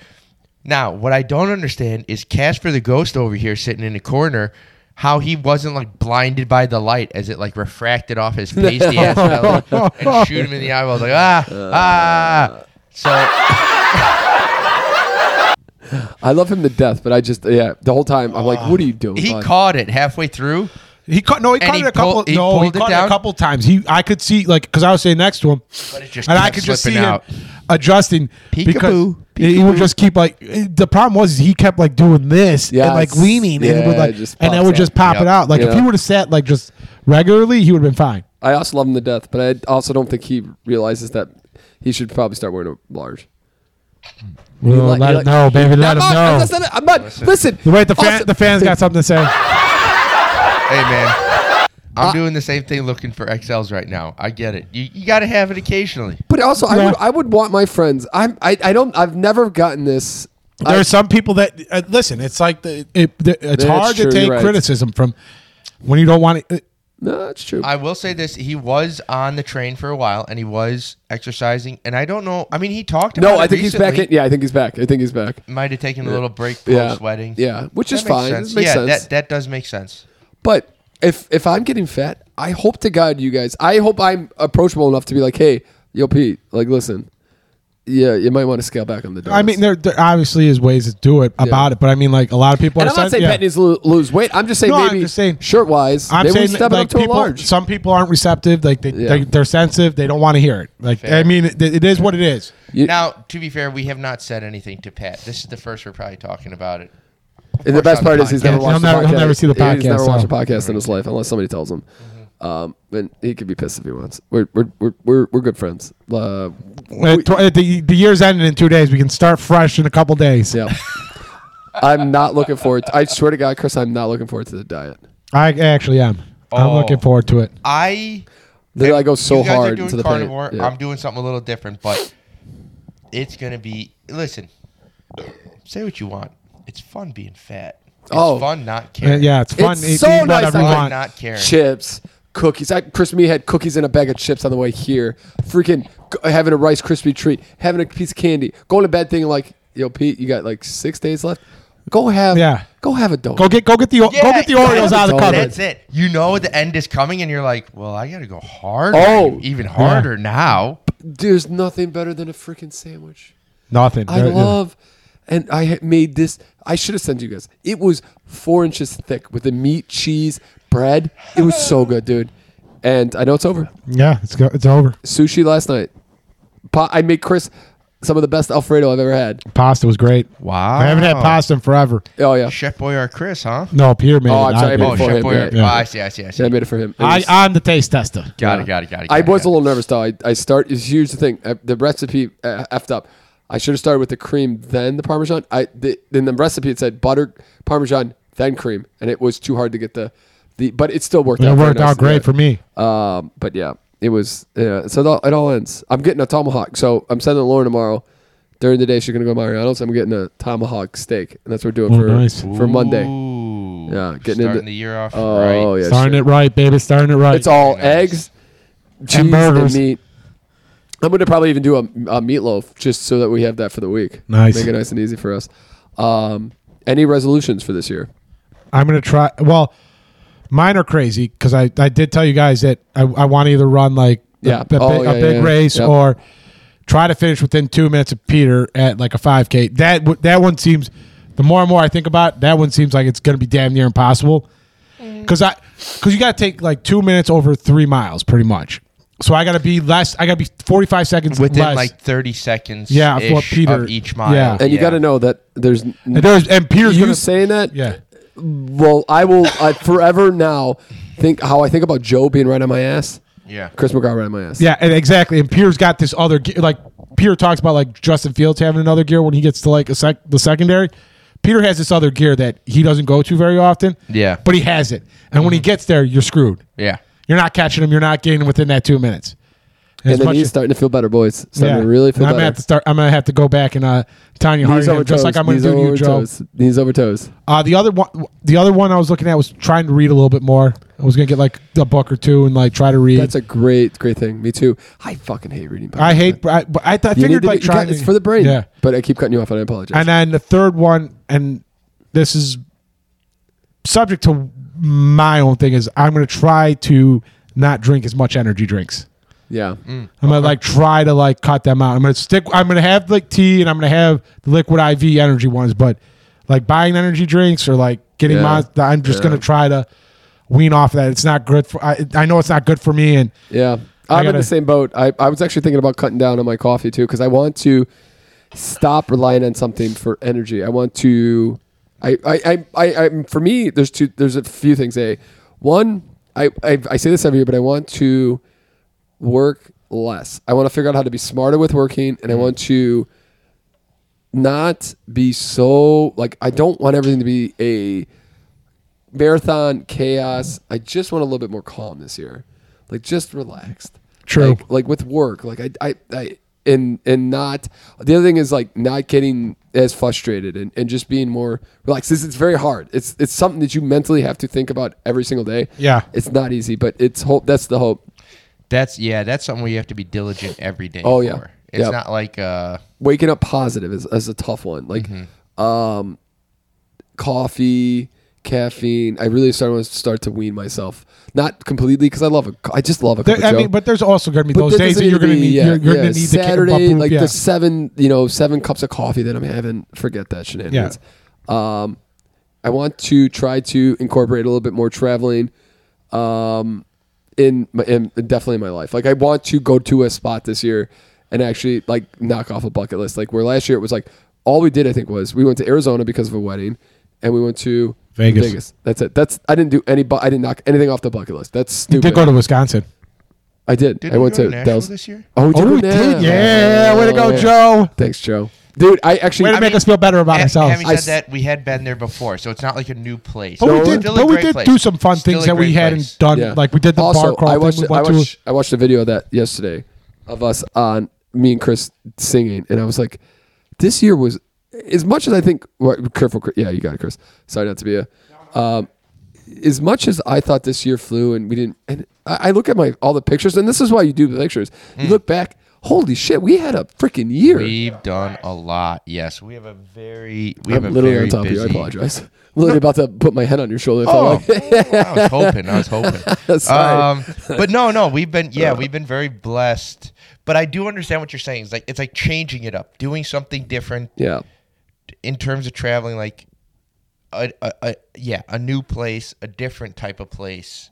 Speaker 2: Now, what I don't understand is Casper the Ghost over here sitting in the corner. How he wasn't like blinded by the light as it like refracted off his pasty ass fella and shoot him in the eye. I was like, ah, ah. So
Speaker 3: I love him to death, but I just yeah, the whole time I'm like, what are you doing?
Speaker 2: Uh, He
Speaker 3: bud?
Speaker 2: caught it halfway through.
Speaker 1: He caught no, he
Speaker 2: And
Speaker 1: caught
Speaker 2: he
Speaker 1: it a couple.
Speaker 2: pulled- he
Speaker 1: no, he
Speaker 2: pulled it
Speaker 1: caught it,
Speaker 2: down?
Speaker 1: a couple times. He, I could see like because I was sitting next to him,
Speaker 2: But it just
Speaker 1: and I
Speaker 2: kept
Speaker 1: could just see
Speaker 2: slipping
Speaker 1: him
Speaker 2: out.
Speaker 1: adjusting because
Speaker 2: Peekaboo,
Speaker 1: he would just keep like. The problem was is he kept like doing this
Speaker 3: Yes.
Speaker 1: and like leaning and it would
Speaker 3: Yeah,
Speaker 1: like
Speaker 3: it just
Speaker 1: and that
Speaker 3: pops
Speaker 1: would just
Speaker 3: up.
Speaker 1: pop
Speaker 2: Yep.
Speaker 1: it out. Like if
Speaker 3: Yeah.
Speaker 1: he would have sat like just regularly, he would have been fine.
Speaker 3: I also love him to death, but I also don't think he realizes that he should probably start wearing a large.
Speaker 1: Well,
Speaker 3: like-
Speaker 1: let
Speaker 3: you
Speaker 1: him
Speaker 3: like-
Speaker 1: know, baby. Let
Speaker 3: I'm
Speaker 1: him
Speaker 3: not- I'm
Speaker 1: know.
Speaker 3: not- I'm not. Listen.
Speaker 1: Wait, the fan,
Speaker 3: Also-
Speaker 1: the fans got something to
Speaker 2: <laughs>
Speaker 1: say.
Speaker 2: Hey man,
Speaker 3: Uh,
Speaker 2: I'm doing the same thing looking for XLs right now. I get it. You, you got to have it occasionally.
Speaker 3: But also, I
Speaker 1: Yeah.
Speaker 3: would I would want my friends. I'm I, I don't I've never gotten this.
Speaker 1: There are some people that uh, listen. It's like the it, the it's
Speaker 3: That's
Speaker 1: hard
Speaker 3: true,
Speaker 1: to take
Speaker 3: you're right.
Speaker 1: criticism from when you don't want it. uh,
Speaker 3: No, that's true.
Speaker 2: I will say this: he was on the train for a while, and he was exercising. And I don't know. I mean, he talked. About
Speaker 3: no,
Speaker 2: it
Speaker 3: I think he's back. In,
Speaker 2: recently.
Speaker 3: yeah, I think he's back. I think he's back.
Speaker 2: Might have taken a little break post
Speaker 3: Yeah,
Speaker 2: wedding.
Speaker 3: Yeah, which
Speaker 2: That
Speaker 3: is
Speaker 2: makes
Speaker 3: fine.
Speaker 2: sense.
Speaker 3: It makes
Speaker 2: yeah,
Speaker 3: sense.
Speaker 2: that that does make sense.
Speaker 3: But if if I'm getting fat, I hope to God you guys. I hope I'm approachable enough to be like, hey, yo, Pete, like, listen, yeah, you might want to scale back on the. Donuts.
Speaker 1: I mean, there, there obviously is ways to do it about it, but I mean, like a lot of people.
Speaker 3: and
Speaker 1: are
Speaker 3: I'm not
Speaker 1: sen-
Speaker 3: saying
Speaker 1: yeah.
Speaker 3: Pat needs to lo- lose weight. I'm just saying
Speaker 1: No, I'm
Speaker 3: maybe
Speaker 1: just saying-
Speaker 3: shirt wise,
Speaker 1: I'm
Speaker 3: maybe
Speaker 1: saying
Speaker 3: step it
Speaker 1: like
Speaker 3: up to
Speaker 1: people,
Speaker 3: a large.
Speaker 1: some people aren't receptive. Like they,
Speaker 3: Yeah.
Speaker 1: they they're sensitive. They don't want to hear it. Like I mean, it, it is what it is.
Speaker 3: You-
Speaker 2: Now, to be fair, we have not said anything to Pat. This is the first we're probably talking about it. Of
Speaker 3: And the
Speaker 2: course
Speaker 3: best
Speaker 2: on the
Speaker 3: part is he's
Speaker 2: podcast.
Speaker 3: never
Speaker 1: Yeah, he'll
Speaker 3: watched.
Speaker 1: never-
Speaker 3: the podcast.
Speaker 1: he'll never see the
Speaker 3: He's
Speaker 1: podcast,
Speaker 3: never watched
Speaker 1: so.
Speaker 3: a podcast in his life unless somebody tells him. Um, and he could be pissed if he wants. We're we're we're we're, we're good friends. Uh,
Speaker 1: Uh, tw- uh, the the year's ended in two days. We can start fresh in a couple days.
Speaker 3: yeah.
Speaker 2: <laughs>
Speaker 3: I'm not looking forward. To, I swear to God, Chris, I'm not looking forward to the diet.
Speaker 1: I actually am. I'm
Speaker 2: Oh.
Speaker 1: looking forward to it.
Speaker 2: I
Speaker 3: Then I go so
Speaker 2: you guys are
Speaker 3: hard
Speaker 2: doing
Speaker 3: into the paint.
Speaker 2: carnivore.
Speaker 3: Yeah.
Speaker 2: I'm doing something a little different, but it's gonna be. Listen, say what you want. It's fun being fat. It's
Speaker 3: Oh.
Speaker 2: fun not
Speaker 1: Uh,
Speaker 2: caring.
Speaker 1: yeah, it's fun.
Speaker 3: It's
Speaker 1: Eat-
Speaker 3: so
Speaker 1: eat
Speaker 3: nice
Speaker 1: whatever
Speaker 2: fun
Speaker 1: you
Speaker 3: I
Speaker 1: want.
Speaker 2: not caring.
Speaker 3: chips, cookies. I, Chris and me had cookies and a bag of chips on the way here. Freaking g- having a Rice Krispie treat, having a piece of candy, going to bed thinking like, yo, Pete, you got like six days left. Go have,
Speaker 1: Yeah.
Speaker 3: go have a donut.
Speaker 1: Go get go get the
Speaker 2: Yeah,
Speaker 1: go get the Oreos out of the
Speaker 3: that's-
Speaker 1: cupboard.
Speaker 2: That's it. You know the end is coming, and you're like, "Well, I gotta go harder.
Speaker 3: Oh.
Speaker 2: even harder now."
Speaker 3: There's nothing better than a freaking sandwich.
Speaker 1: Nothing.
Speaker 3: I
Speaker 1: There- yeah.
Speaker 3: love, and I had made this. I should have sent you guys. It was four inches thick with the meat, cheese, bread. It was so good, dude. And I know it's over.
Speaker 1: Yeah, it's go, it's over.
Speaker 3: Sushi last night. Pa- I made Chris some of the best Alfredo I've ever had.
Speaker 1: Pasta was great.
Speaker 2: Wow.
Speaker 1: I haven't had pasta in forever.
Speaker 3: Oh yeah,
Speaker 2: Chef Boyard Chris, huh?
Speaker 1: No, Peter made it.
Speaker 3: Oh, I'm sorry, I
Speaker 1: I,
Speaker 3: made
Speaker 2: Oh,
Speaker 1: did.
Speaker 3: it for
Speaker 2: Chef
Speaker 3: him,
Speaker 2: Boyard.
Speaker 1: yeah.
Speaker 2: Oh, I see. I see. I see.
Speaker 3: yeah, I made it for him. It
Speaker 1: I,
Speaker 3: was-
Speaker 1: I'm the taste tester.
Speaker 2: got it. Got it. Got it. Got
Speaker 3: Uh, I
Speaker 2: it,
Speaker 3: was
Speaker 2: got
Speaker 3: a
Speaker 2: it.
Speaker 3: little nervous though. I, I start. Here's the thing. uh, The recipe uh, effed up. I should have started with the cream, then the parmesan. I the, in the recipe it said butter, parmesan, then cream, and it was too hard to get the the. But it still worked.
Speaker 1: It
Speaker 3: out very
Speaker 1: worked out
Speaker 3: nicely.
Speaker 1: great for me.
Speaker 3: Um, but yeah, it was. Yeah, so it all, it all ends. I'm getting a tomahawk. So I'm sending Lauren tomorrow. During the day, she's gonna go to Mariano's. I'm getting a tomahawk steak, and that's what we're doing
Speaker 1: Oh,
Speaker 3: for
Speaker 1: nice.
Speaker 3: for Monday.
Speaker 2: Ooh.
Speaker 3: Yeah, getting into-
Speaker 2: starting the year off
Speaker 3: Oh
Speaker 2: right.
Speaker 3: yeah,
Speaker 1: Starting
Speaker 3: sure.
Speaker 1: it right, baby. Starting it right.
Speaker 3: It's all
Speaker 2: Nice.
Speaker 3: eggs, cheese, and,
Speaker 1: burgers.
Speaker 3: meat. I'm going to probably even do a, a meatloaf just so that we have that for the week.
Speaker 1: Nice.
Speaker 3: Make it nice and easy for us. Um, any resolutions for this year?
Speaker 1: I'm gonna try. Well, mine are crazy because I, I did tell you guys that I, I want to either run like a-
Speaker 3: Yeah.
Speaker 1: a, big,
Speaker 3: Oh, yeah,
Speaker 1: a
Speaker 3: yeah,
Speaker 1: big
Speaker 3: yeah.
Speaker 1: race
Speaker 3: Yep.
Speaker 1: or try to finish within two minutes of Peter at like a 5K. That w- that one seems. The more and more I think about it, that one seems like it's gonna be damn near impossible. Because I because you gotta take like two minutes over three miles pretty much. So I gotta be less. I gotta be 45 seconds
Speaker 2: Within
Speaker 1: less.
Speaker 2: like 30 seconds.
Speaker 1: Yeah, of what Peter-
Speaker 2: of each mile.
Speaker 1: yeah.
Speaker 3: And you got to know that there's. n-
Speaker 1: and there's and Peter's
Speaker 3: you
Speaker 1: gonna
Speaker 3: saying that?
Speaker 1: yeah.
Speaker 3: Well, I will I forever now think how I think about Joe being right on my ass.
Speaker 2: Yeah.
Speaker 3: Chris McGraw right on my ass.
Speaker 1: <laughs> Yeah, and exactly. And Pierre's got this other gear. Like Pierre talks about like Justin Fields having another gear when he gets to like a sec- the secondary. Peter has this other gear that he doesn't go to very often.
Speaker 2: Yeah. Mm-hmm.
Speaker 1: but he has it, and when he gets there, you're screwed.
Speaker 2: Yeah.
Speaker 1: You're not catching them. You're not getting within that two minutes. As
Speaker 3: and then
Speaker 1: much-
Speaker 3: he's starting to feel better, boys. Starting
Speaker 1: yeah.
Speaker 3: to really feel
Speaker 1: And I'm gonna have
Speaker 3: better.
Speaker 1: to start. I'm gonna have to go back and uh, Tanya
Speaker 3: Knees over
Speaker 1: Hardingham, just
Speaker 3: toes.
Speaker 1: like I'm gonna
Speaker 3: knees
Speaker 1: do to
Speaker 3: over
Speaker 1: you, Joe.
Speaker 3: toes. Knees over toes.
Speaker 1: Uh, the other one, the other one I was looking at was trying to read a little bit more. I was gonna get like a book or two and like try to read.
Speaker 3: That's a great, great thing. Me too. I fucking hate reading.
Speaker 1: I
Speaker 3: PowerPoint.
Speaker 1: hate, I, but I, I
Speaker 3: You need
Speaker 1: figured
Speaker 3: to
Speaker 1: like
Speaker 3: be- you got-
Speaker 1: trying.
Speaker 3: It's
Speaker 1: to-
Speaker 3: for the brain.
Speaker 1: Yeah.
Speaker 3: But I keep cutting you off, and I apologize.
Speaker 1: And then the third one, and this is subject to my own thing, is I'm going to try to not drink as much energy drinks.
Speaker 3: yeah.
Speaker 1: I'm gonna like try to like cut them out. I'm gonna stick. I'm gonna have like tea, and I'm gonna have the liquid IV energy ones. But like buying energy drinks or like getting
Speaker 3: Yeah.
Speaker 1: my, I'm just gonna try to wean off that. It's not good for. I, I know it's not good for me, and
Speaker 3: Yeah.
Speaker 1: I
Speaker 3: I'm in
Speaker 1: gotta-
Speaker 3: the same boat. I, I was actually thinking about cutting down on my coffee too because I want to stop relying on something for energy. I want to. I, I, I, I, I for me, there's two, there's a few things. A, one, I, I, I say this every year, but I want to work less. I want to figure out how to be smarter with working,
Speaker 1: Mm-hmm.
Speaker 3: and I want to not be so like I don't want everything to be a marathon chaos. I just want a little bit more calm this year, like just relaxed.
Speaker 1: True.
Speaker 3: Like, like with work, like I, I, I, and and not the other thing is like not getting as frustrated and, and just being more relaxed. This it's very hard. It's it's something that you mentally have to think about every single day.
Speaker 1: Yeah.
Speaker 3: it's not easy, but it's hope. That's the hope.
Speaker 2: That's yeah. That's something where you have to be diligent every day.
Speaker 3: Oh,
Speaker 2: for.
Speaker 3: yeah.
Speaker 2: It's
Speaker 3: Yep.
Speaker 2: not like uh,
Speaker 3: waking up positive is, is a tough one. Like, um, coffee, caffeine. I really start want to start to wean myself. Not completely because I love a co- I just love a cup
Speaker 1: there,
Speaker 3: of
Speaker 1: I
Speaker 3: Joe.
Speaker 1: mean, but there's also gonna be
Speaker 3: But
Speaker 1: those
Speaker 3: that
Speaker 1: days
Speaker 3: doesn't
Speaker 1: that you're gonna
Speaker 3: be-
Speaker 1: need,
Speaker 3: yeah,
Speaker 1: you're, you're
Speaker 3: yeah,
Speaker 1: gonna need to
Speaker 3: Saturday,
Speaker 1: kick a
Speaker 3: like
Speaker 1: yeah.
Speaker 3: the seven, you know, seven cups of coffee that I'm having. Forget that shenanigans. Um, I want to try to incorporate a little bit more traveling, um, in my in, definitely in my life. Like I want to go to a spot this year and actually like knock off a bucket list. Like where last year it was like all we did, I think, was we went to Arizona because of a wedding, and we went to
Speaker 1: Vegas.
Speaker 3: That's it. That's I didn't do any. Bu- I didn't knock anything off the bucket list. That's
Speaker 1: You
Speaker 3: stupid.
Speaker 1: did go to Wisconsin.
Speaker 3: I did.
Speaker 2: did
Speaker 3: I went to
Speaker 2: Nashville
Speaker 3: Dallas.
Speaker 2: this year?
Speaker 3: Oh, we
Speaker 1: Oh,
Speaker 3: go
Speaker 1: we
Speaker 3: now.
Speaker 1: did. Yeah, way to go,
Speaker 3: Yeah.
Speaker 1: Joe.
Speaker 3: Thanks, Joe. Dude, I actually.
Speaker 1: Way to
Speaker 3: I
Speaker 1: make
Speaker 3: mean,
Speaker 1: us feel better about
Speaker 2: Ha-
Speaker 1: ourselves.
Speaker 2: Having
Speaker 3: I
Speaker 2: said
Speaker 3: s-
Speaker 2: that, we had been there before, so it's not like a new place.
Speaker 1: But we
Speaker 2: It's
Speaker 1: did,
Speaker 2: still a
Speaker 1: but we
Speaker 2: great
Speaker 1: did
Speaker 2: place.
Speaker 1: do some fun
Speaker 2: Still
Speaker 1: things
Speaker 2: a
Speaker 1: that we
Speaker 2: great
Speaker 1: hadn't
Speaker 2: place.
Speaker 1: done.
Speaker 3: yeah.
Speaker 1: Like we did the bar
Speaker 3: also,
Speaker 1: crawl.
Speaker 3: I
Speaker 1: thing.
Speaker 3: watched,
Speaker 1: We
Speaker 3: I,
Speaker 1: went to-
Speaker 3: watched, I watched a video of that yesterday of us on me and Chris singing, and I was like, this year was as much as I think. Well, careful, Chris. Yeah, you got it, Chris. Sorry not to be a. Um, as much as I thought this year flew and we didn't, and I, I look at my all the pictures, and this is why you do the pictures.
Speaker 2: Hmm.
Speaker 3: You look back, holy shit, we had a freaking year.
Speaker 2: We've done a lot. Yes, we have a very we have
Speaker 3: I'm
Speaker 2: a
Speaker 3: literally
Speaker 2: very
Speaker 3: on top
Speaker 2: busy.
Speaker 3: of you. I apologize. <laughs> I'm literally about to put my head on your shoulder. If
Speaker 2: Oh,
Speaker 3: oh, I
Speaker 2: I was hoping. I was
Speaker 3: <laughs>
Speaker 2: hoping.
Speaker 3: Sorry.
Speaker 2: Um, but no, no, we've been yeah, we've been very blessed. But I do understand what you're saying. It's like it's like changing it up, doing something different
Speaker 3: yeah.
Speaker 2: in terms of traveling. Like, a, a, a yeah, a new place, a different type of place.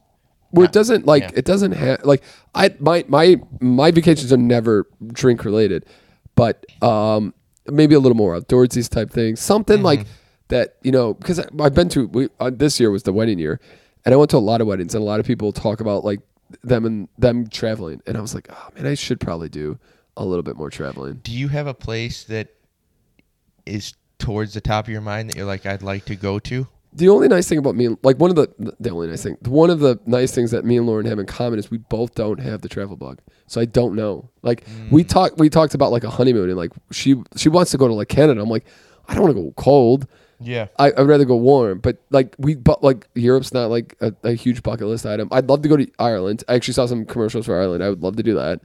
Speaker 3: Well, it doesn't like
Speaker 2: Yeah.
Speaker 3: it doesn't have like I my my my vacations are never drink related, but um maybe a little more outdoorsy type things, something like
Speaker 2: Mm-hmm.
Speaker 3: that you know because I, I've been to we, uh, this year was the wedding year, and I went to a lot of weddings and a lot of people talk about like them and them traveling, and I was like, oh man, I should probably do a little bit more traveling.
Speaker 2: Do you have a place that is towards the top of your mind that you're like, I'd like to go to?
Speaker 3: the only nice thing about me, and like one of the the only nice thing, one of the nice things that me and Lauren have in common is we both don't have the travel bug. So I don't know. Like we talked, we talked about like a honeymoon, and like she she wants to go to like Canada. I'm like, I don't want to go cold.
Speaker 2: Yeah.
Speaker 3: I, I'd rather go warm. But like we, but like Europe's not like a, a huge bucket list item. I'd love to go to Ireland. I actually saw some commercials for Ireland. I would love to do that.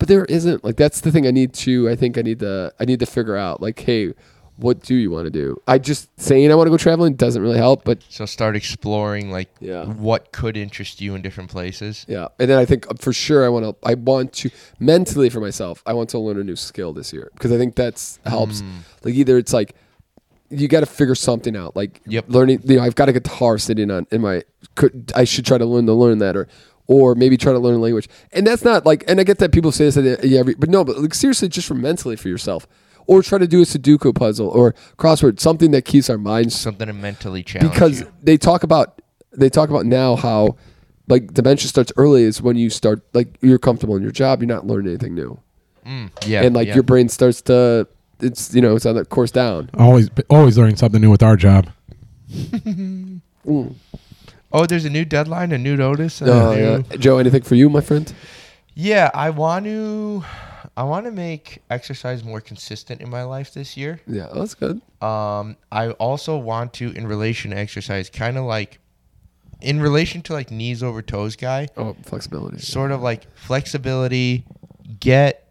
Speaker 3: But there isn't like that's the thing I need to. I think I need to. I need to figure out like, hey, what do you want to do? I just saying I want to go traveling doesn't really help. But
Speaker 2: So start exploring like
Speaker 3: Yeah.
Speaker 2: what could interest you in different places.
Speaker 3: yeah, and then I think uh, for sure I want to. I want to mentally for myself. I want to learn a new skill this year because I think that's helps. Like either it's like you got to figure something out. Like
Speaker 2: Yep.
Speaker 3: learning. You know, I've got a guitar sitting on in my. Could I should try to learn to learn that or. Or maybe try to learn a language, and that's not like. And I get that people say this, at the- yeah, every, but no, but like seriously, just for mentally for yourself, or try to do a Sudoku puzzle or crossword, something that keeps our minds
Speaker 2: Something to mentally challenge
Speaker 3: because
Speaker 2: you.
Speaker 3: they talk about they talk about now how like dementia starts early is when you start like you're comfortable in your job you're not learning anything new
Speaker 2: Mm, Yeah.
Speaker 3: and like
Speaker 2: yeah.
Speaker 3: your brain starts to it's you know it's on that course down
Speaker 1: always always learning something new with our job.
Speaker 2: Oh, there's a new deadline, a new notice. and a
Speaker 3: Oh,
Speaker 2: new-
Speaker 3: yeah. Joe, anything for you, my friend?
Speaker 2: Yeah, I want to. I want to make exercise more consistent in my life this year.
Speaker 3: Yeah, oh, that's good.
Speaker 2: Um, I also want to, in relation to exercise, kind of like, in relation to like knees over toes guy,
Speaker 3: Oh, flexibility.
Speaker 2: sort of like flexibility, get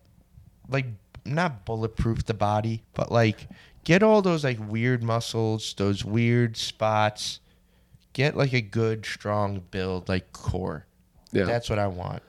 Speaker 2: like not bulletproof the body, but like get all those like weird muscles, those weird spots, get like a good strong build, like core.
Speaker 3: yeah.
Speaker 2: That's what I want.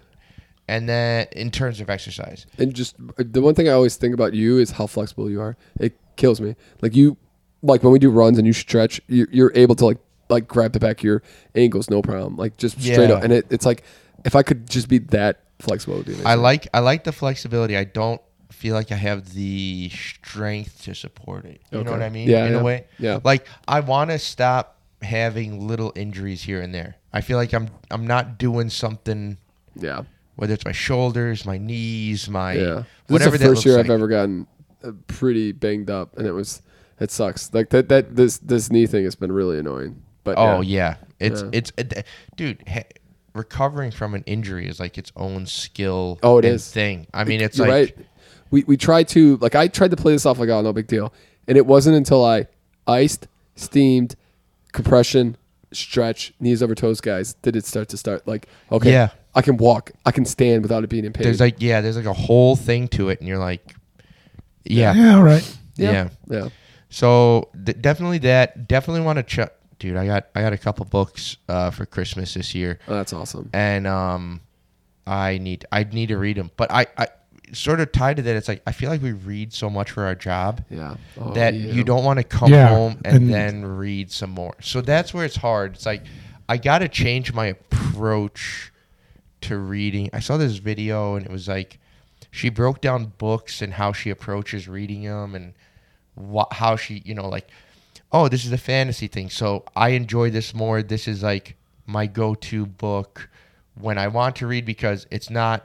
Speaker 2: And then in terms of exercise,
Speaker 3: and just the one thing I always think about you is how flexible you are. It kills me. Like you, like when we do runs and you stretch, you, you're able to like like grab the back of your ankles, no problem. Like just straight
Speaker 2: Yeah.
Speaker 3: up. And it, it's like if I could just be that flexible, dude.
Speaker 2: I like I like the flexibility. I don't feel like I have the strength to support it. You
Speaker 3: Okay.
Speaker 2: know what I mean?
Speaker 3: Yeah,
Speaker 2: in
Speaker 3: yeah.
Speaker 2: a way.
Speaker 3: Yeah.
Speaker 2: Like I want to stop having little injuries here and there. I feel like I'm I'm not doing something
Speaker 3: yeah,
Speaker 2: whether it's my shoulders, my knees, my
Speaker 3: yeah. This is
Speaker 2: whatever
Speaker 3: the
Speaker 2: that
Speaker 3: first
Speaker 2: looks
Speaker 3: year
Speaker 2: like.
Speaker 3: I've ever gotten uh, pretty banged up, and it was it sucks. Like that that this this knee thing has been really annoying. But
Speaker 2: Oh
Speaker 3: yeah.
Speaker 2: yeah, it's
Speaker 3: Yeah.
Speaker 2: it's it, dude. ha recovering from an injury is like its own skill.
Speaker 3: Oh, it
Speaker 2: and
Speaker 3: is.
Speaker 2: thing. I mean, it's
Speaker 3: You're
Speaker 2: like
Speaker 3: right. We we tried to like I tried to play this off like oh no big deal, and it wasn't until I iced, steamed, compression, stretch, knees over toes, guys, did it start to start like okay,
Speaker 2: Yeah.
Speaker 3: I can walk, I can stand without it being in pain.
Speaker 2: there's like yeah, there's like a whole thing to it, and you're like, yeah,
Speaker 1: all right.
Speaker 2: yeah.
Speaker 3: yeah,
Speaker 2: So d- definitely that. Definitely want to check, dude. I got I got a couple books uh, for Christmas this year,
Speaker 3: oh, that's awesome.
Speaker 2: and um, I need I need to read them. But I I sort of tied to that. It's like I feel like we read so much for our job
Speaker 3: Yeah, oh,
Speaker 2: that
Speaker 3: yeah.
Speaker 2: you don't want to come
Speaker 1: Yeah,
Speaker 2: home and,
Speaker 1: and-
Speaker 2: then read some more. So that's where it's hard. It's like I got to change my approach to reading. I saw this video and it was like she broke down books and how she approaches reading them and what how she, you know, like oh, this is a fantasy thing. So I enjoy this more. This is like my go-to book when I want to read because it's not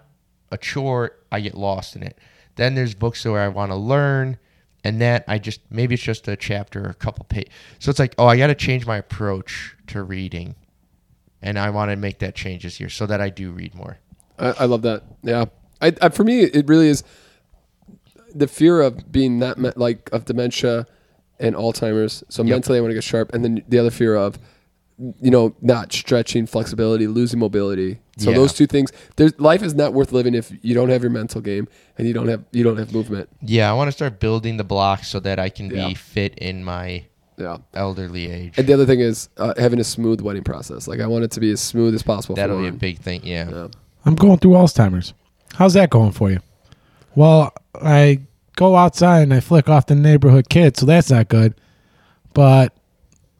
Speaker 2: a chore. I get lost in it. Then there's books where I want to learn, and that I just maybe it's just a chapter or a couple pages. So it's like, oh, I got to change my approach to reading, and I want to make that change this year so that I do read more.
Speaker 3: I, I love that. Yeah, I, I for me it really is the fear of being not me- like of dementia and Alzheimer's. So mentally, I want to get sharp, and then the other fear of you know not stretching, flexibility, losing mobility. So
Speaker 2: Yeah.
Speaker 3: those two things. There's life is not worth living if you don't have your mental game and you don't have you don't have movement.
Speaker 2: Yeah, I want to start building the blocks so that I can
Speaker 3: Yeah.
Speaker 2: be fit in my
Speaker 3: Yeah.
Speaker 2: elderly age.
Speaker 3: And the other thing is uh, having a smooth wedding process. Like I want it to be as smooth as possible.
Speaker 2: That'll
Speaker 3: for
Speaker 2: be a
Speaker 3: them.
Speaker 2: big thing. Yeah.
Speaker 3: Yeah.
Speaker 1: I'm going through Alzheimer's. How's that going for you? Well, I go outside and I flick off the neighborhood kid, so that's not good. But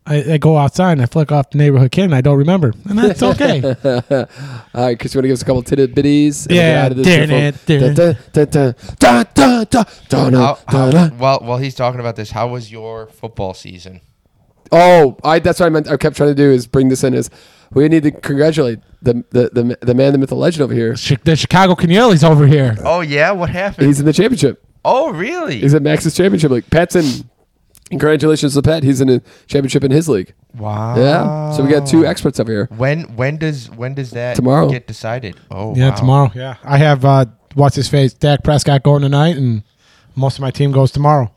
Speaker 1: I, I go outside and I flick off the neighborhood kid and I don't remember. And that's <laughs> okay.
Speaker 3: All right, Chris, you want to give us a couple tidbit bitties? and we'll get
Speaker 1: Yeah,
Speaker 3: out of this
Speaker 1: darn
Speaker 3: here,
Speaker 1: it,
Speaker 3: folks.
Speaker 1: darn it.
Speaker 3: Dun, dun, dun, dun, dun, dun, dun, dun,
Speaker 2: How,
Speaker 3: dun,
Speaker 2: how,
Speaker 3: dun.
Speaker 2: while while he's talking about this, how was your football season?
Speaker 3: Oh, I that's what I meant. I kept trying to do is bring this in is we need to congratulate the the the, the man, the myth, the legend over here.
Speaker 1: Chi- the Chicago Canielli's over here.
Speaker 2: Oh yeah, what happened?
Speaker 3: He's in the championship.
Speaker 2: oh really?
Speaker 3: He's in Max's championship league. Pat's in. Congratulations to Pat. He's in a championship in his league.
Speaker 2: wow.
Speaker 3: Yeah. So we got two experts over here.
Speaker 2: When when does when does that
Speaker 3: Tomorrow.
Speaker 2: get decided? Oh
Speaker 1: Yeah,
Speaker 2: wow.
Speaker 1: tomorrow. Yeah, I have uh, what's his face Dak Prescott going tonight, and most of my team goes tomorrow.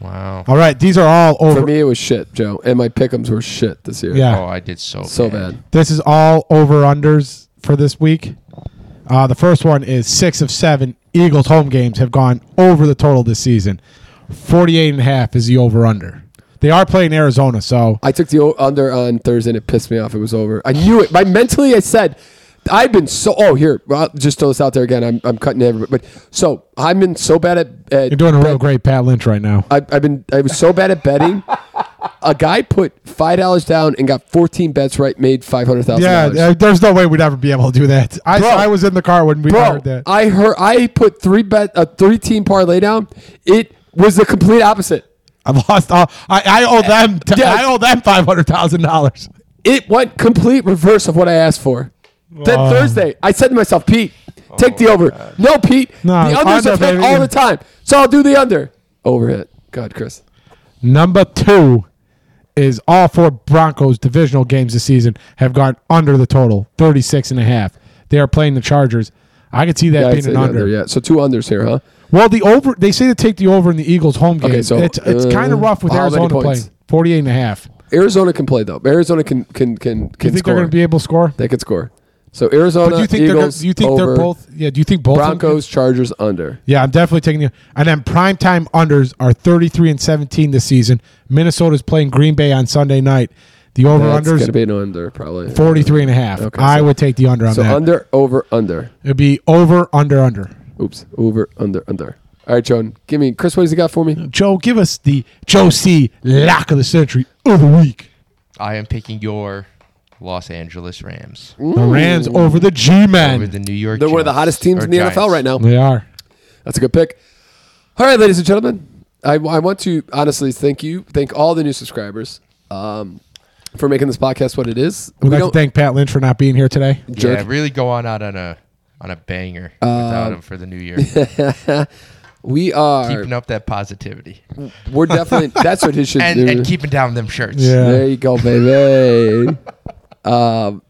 Speaker 2: Wow.
Speaker 3: Oh,
Speaker 1: All right, these are all
Speaker 3: For
Speaker 1: over.
Speaker 3: me, it was shit, Joe, and my pickums were shit this year.
Speaker 1: Yeah,
Speaker 2: Oh, I did so
Speaker 3: So bad.
Speaker 1: this is all over unders for this week. Uh, the first one is six of seven Eagles home games have gone over the total this season. 48 and a half is the over under. They are playing Arizona, so
Speaker 3: I took the o- under on Thursday and it pissed me off. It was over. I knew it. My mentally, I said, I've been so. Oh, here, I'll just throw this out there again. I'm, I'm cutting everybody. But so I've been so bad at. at
Speaker 1: you're doing a real great Pat Lynch right now.
Speaker 3: I, I've been. I was so bad at betting. A guy put five dollars down and got fourteen bets right, made five hundred thousand.
Speaker 1: Yeah,
Speaker 3: dollars.
Speaker 1: uh, there's no way we'd ever be able to do that. I,
Speaker 3: Bro.
Speaker 1: I was in the car when we heard
Speaker 3: bro.
Speaker 1: that.
Speaker 3: I heard. I put three bet a three team parlay down. It was the complete opposite.
Speaker 1: I lost all. I, I owe them. t-
Speaker 3: Eh, Yes.
Speaker 1: I owe them five hundred thousand dollars.
Speaker 3: it went complete reverse of what I asked for. Then
Speaker 1: Wow. Oh,
Speaker 3: Thursday, I said to myself, Pete, take the over. No, Pete,
Speaker 1: No,
Speaker 3: the unders
Speaker 1: under,
Speaker 3: have hit
Speaker 1: baby.
Speaker 3: all the time, so I'll do the under. Over hit. God, Chris.
Speaker 1: Number two is all four Broncos divisional games this season have gone under the total, 36 and a half. They are playing the Chargers. I could see that
Speaker 3: Yeah, I'd
Speaker 1: being
Speaker 3: say
Speaker 1: an
Speaker 3: the
Speaker 1: under.
Speaker 3: Yeah, so two unders here, huh?
Speaker 1: Well, the over they say to take the over in the Eagles home game.
Speaker 3: Okay, so,
Speaker 1: it's it's
Speaker 3: uh,
Speaker 1: kind of rough with
Speaker 3: how many
Speaker 1: Arizona
Speaker 3: points?
Speaker 1: playing 48 and a half.
Speaker 3: Arizona can play though. Arizona can can can
Speaker 1: Do you
Speaker 3: can
Speaker 1: think they're
Speaker 3: score.
Speaker 1: going to be able to score?
Speaker 3: they can score. So Arizona,
Speaker 1: But do you think
Speaker 3: Eagles,
Speaker 1: they're do you think
Speaker 3: over,
Speaker 1: they're both yeah, do you think both of them-
Speaker 3: Broncos, Chargers under.
Speaker 1: Yeah, I'm definitely taking the and then primetime unders are 33 and 17 this season. Minnesota's playing Green Bay on Sunday night. The over
Speaker 3: That's
Speaker 1: unders
Speaker 3: gonna be an under probably.
Speaker 1: 43 and a half.
Speaker 3: Okay,
Speaker 1: I
Speaker 3: so-
Speaker 1: would take the under on
Speaker 3: So
Speaker 1: that.
Speaker 3: under, over, under.
Speaker 1: It'd be over under under.
Speaker 3: Oops, over, under, under. All right, Joan, give me Chris. What has he got for me?
Speaker 1: Joe, give us the Joe C lock of the century of the week.
Speaker 2: I am picking your Los Angeles Rams
Speaker 1: The Rams over the G-men.
Speaker 2: over the New York.
Speaker 3: They're one of the
Speaker 2: Jets
Speaker 3: hottest teams
Speaker 2: or
Speaker 3: in the NFL
Speaker 2: Giants.
Speaker 3: right now.
Speaker 1: they are.
Speaker 3: That's a good pick. All right, ladies and gentlemen, I, I want to honestly thank you, thank all the new subscribers um, for making this podcast what it is.
Speaker 1: We'd like to
Speaker 3: don't-
Speaker 1: thank Pat Lynch for not being here today.
Speaker 3: Jerk. Uh,
Speaker 2: Yeah, really go on out on a on a banger without him for the new year.
Speaker 3: we are.
Speaker 2: keeping up that
Speaker 3: <laughs>
Speaker 2: positivity
Speaker 1: <laughs>
Speaker 3: We're definitely. that's what it should
Speaker 2: and,
Speaker 3: do.
Speaker 2: and keeping down them shirts.
Speaker 1: Yeah.
Speaker 3: There you go, baby. <laughs> um,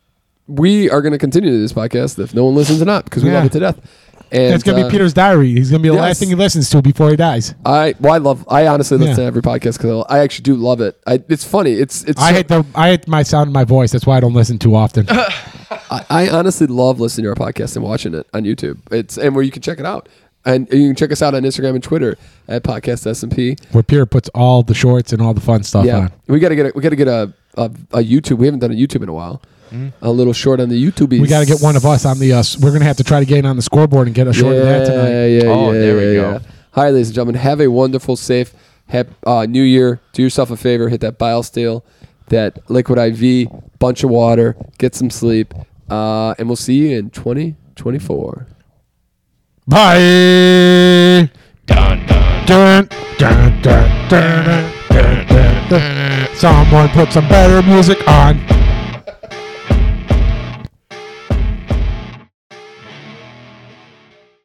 Speaker 3: we are going to continue this podcast if no one listens or not because we
Speaker 1: Yeah.
Speaker 3: love it to death. And
Speaker 1: That's gonna
Speaker 3: uh,
Speaker 1: be Peter's diary. He's gonna be the
Speaker 3: yes.
Speaker 1: last thing he listens to before he dies.
Speaker 3: I well, I love. I honestly listen
Speaker 1: Yeah.
Speaker 3: to every podcast because I actually do love it. I, it's funny. It's it's.
Speaker 1: I
Speaker 3: so-
Speaker 1: hate the I hate my sound in my voice. That's why I don't listen too
Speaker 3: <laughs>
Speaker 1: often.
Speaker 3: I, I honestly love listening to our podcast and watching it on YouTube. It's and where you can check it out, and you can check us out on Instagram and Twitter at Podcast S and P.
Speaker 1: Where Peter puts all the shorts and all the fun stuff
Speaker 3: Yeah,
Speaker 1: on.
Speaker 3: we gotta get a, we gotta get a, a a YouTube. We haven't done a YouTube in a while. A little short on the YouTube.
Speaker 1: Mm. We got to get one of us on the. Uh, s- we're gonna have to try to get in on the scoreboard and get a short
Speaker 3: yeah,
Speaker 1: of that tonight.
Speaker 3: Yeah,
Speaker 2: Oh,
Speaker 3: yeah,
Speaker 2: there we
Speaker 3: yeah,
Speaker 2: go.
Speaker 3: yeah. Hi, ladies and gentlemen. Have a wonderful, safe hap- uh, New Year. Do yourself a favor. Hit that bile steel, that liquid IV, bunch of water, get some sleep, uh, and we'll see you in 2024.
Speaker 1: Bye.
Speaker 2: Dun,
Speaker 1: Dun,
Speaker 2: dun,
Speaker 1: dun, dun, dun, dun, dun, dun, dun. Someone put some better music on.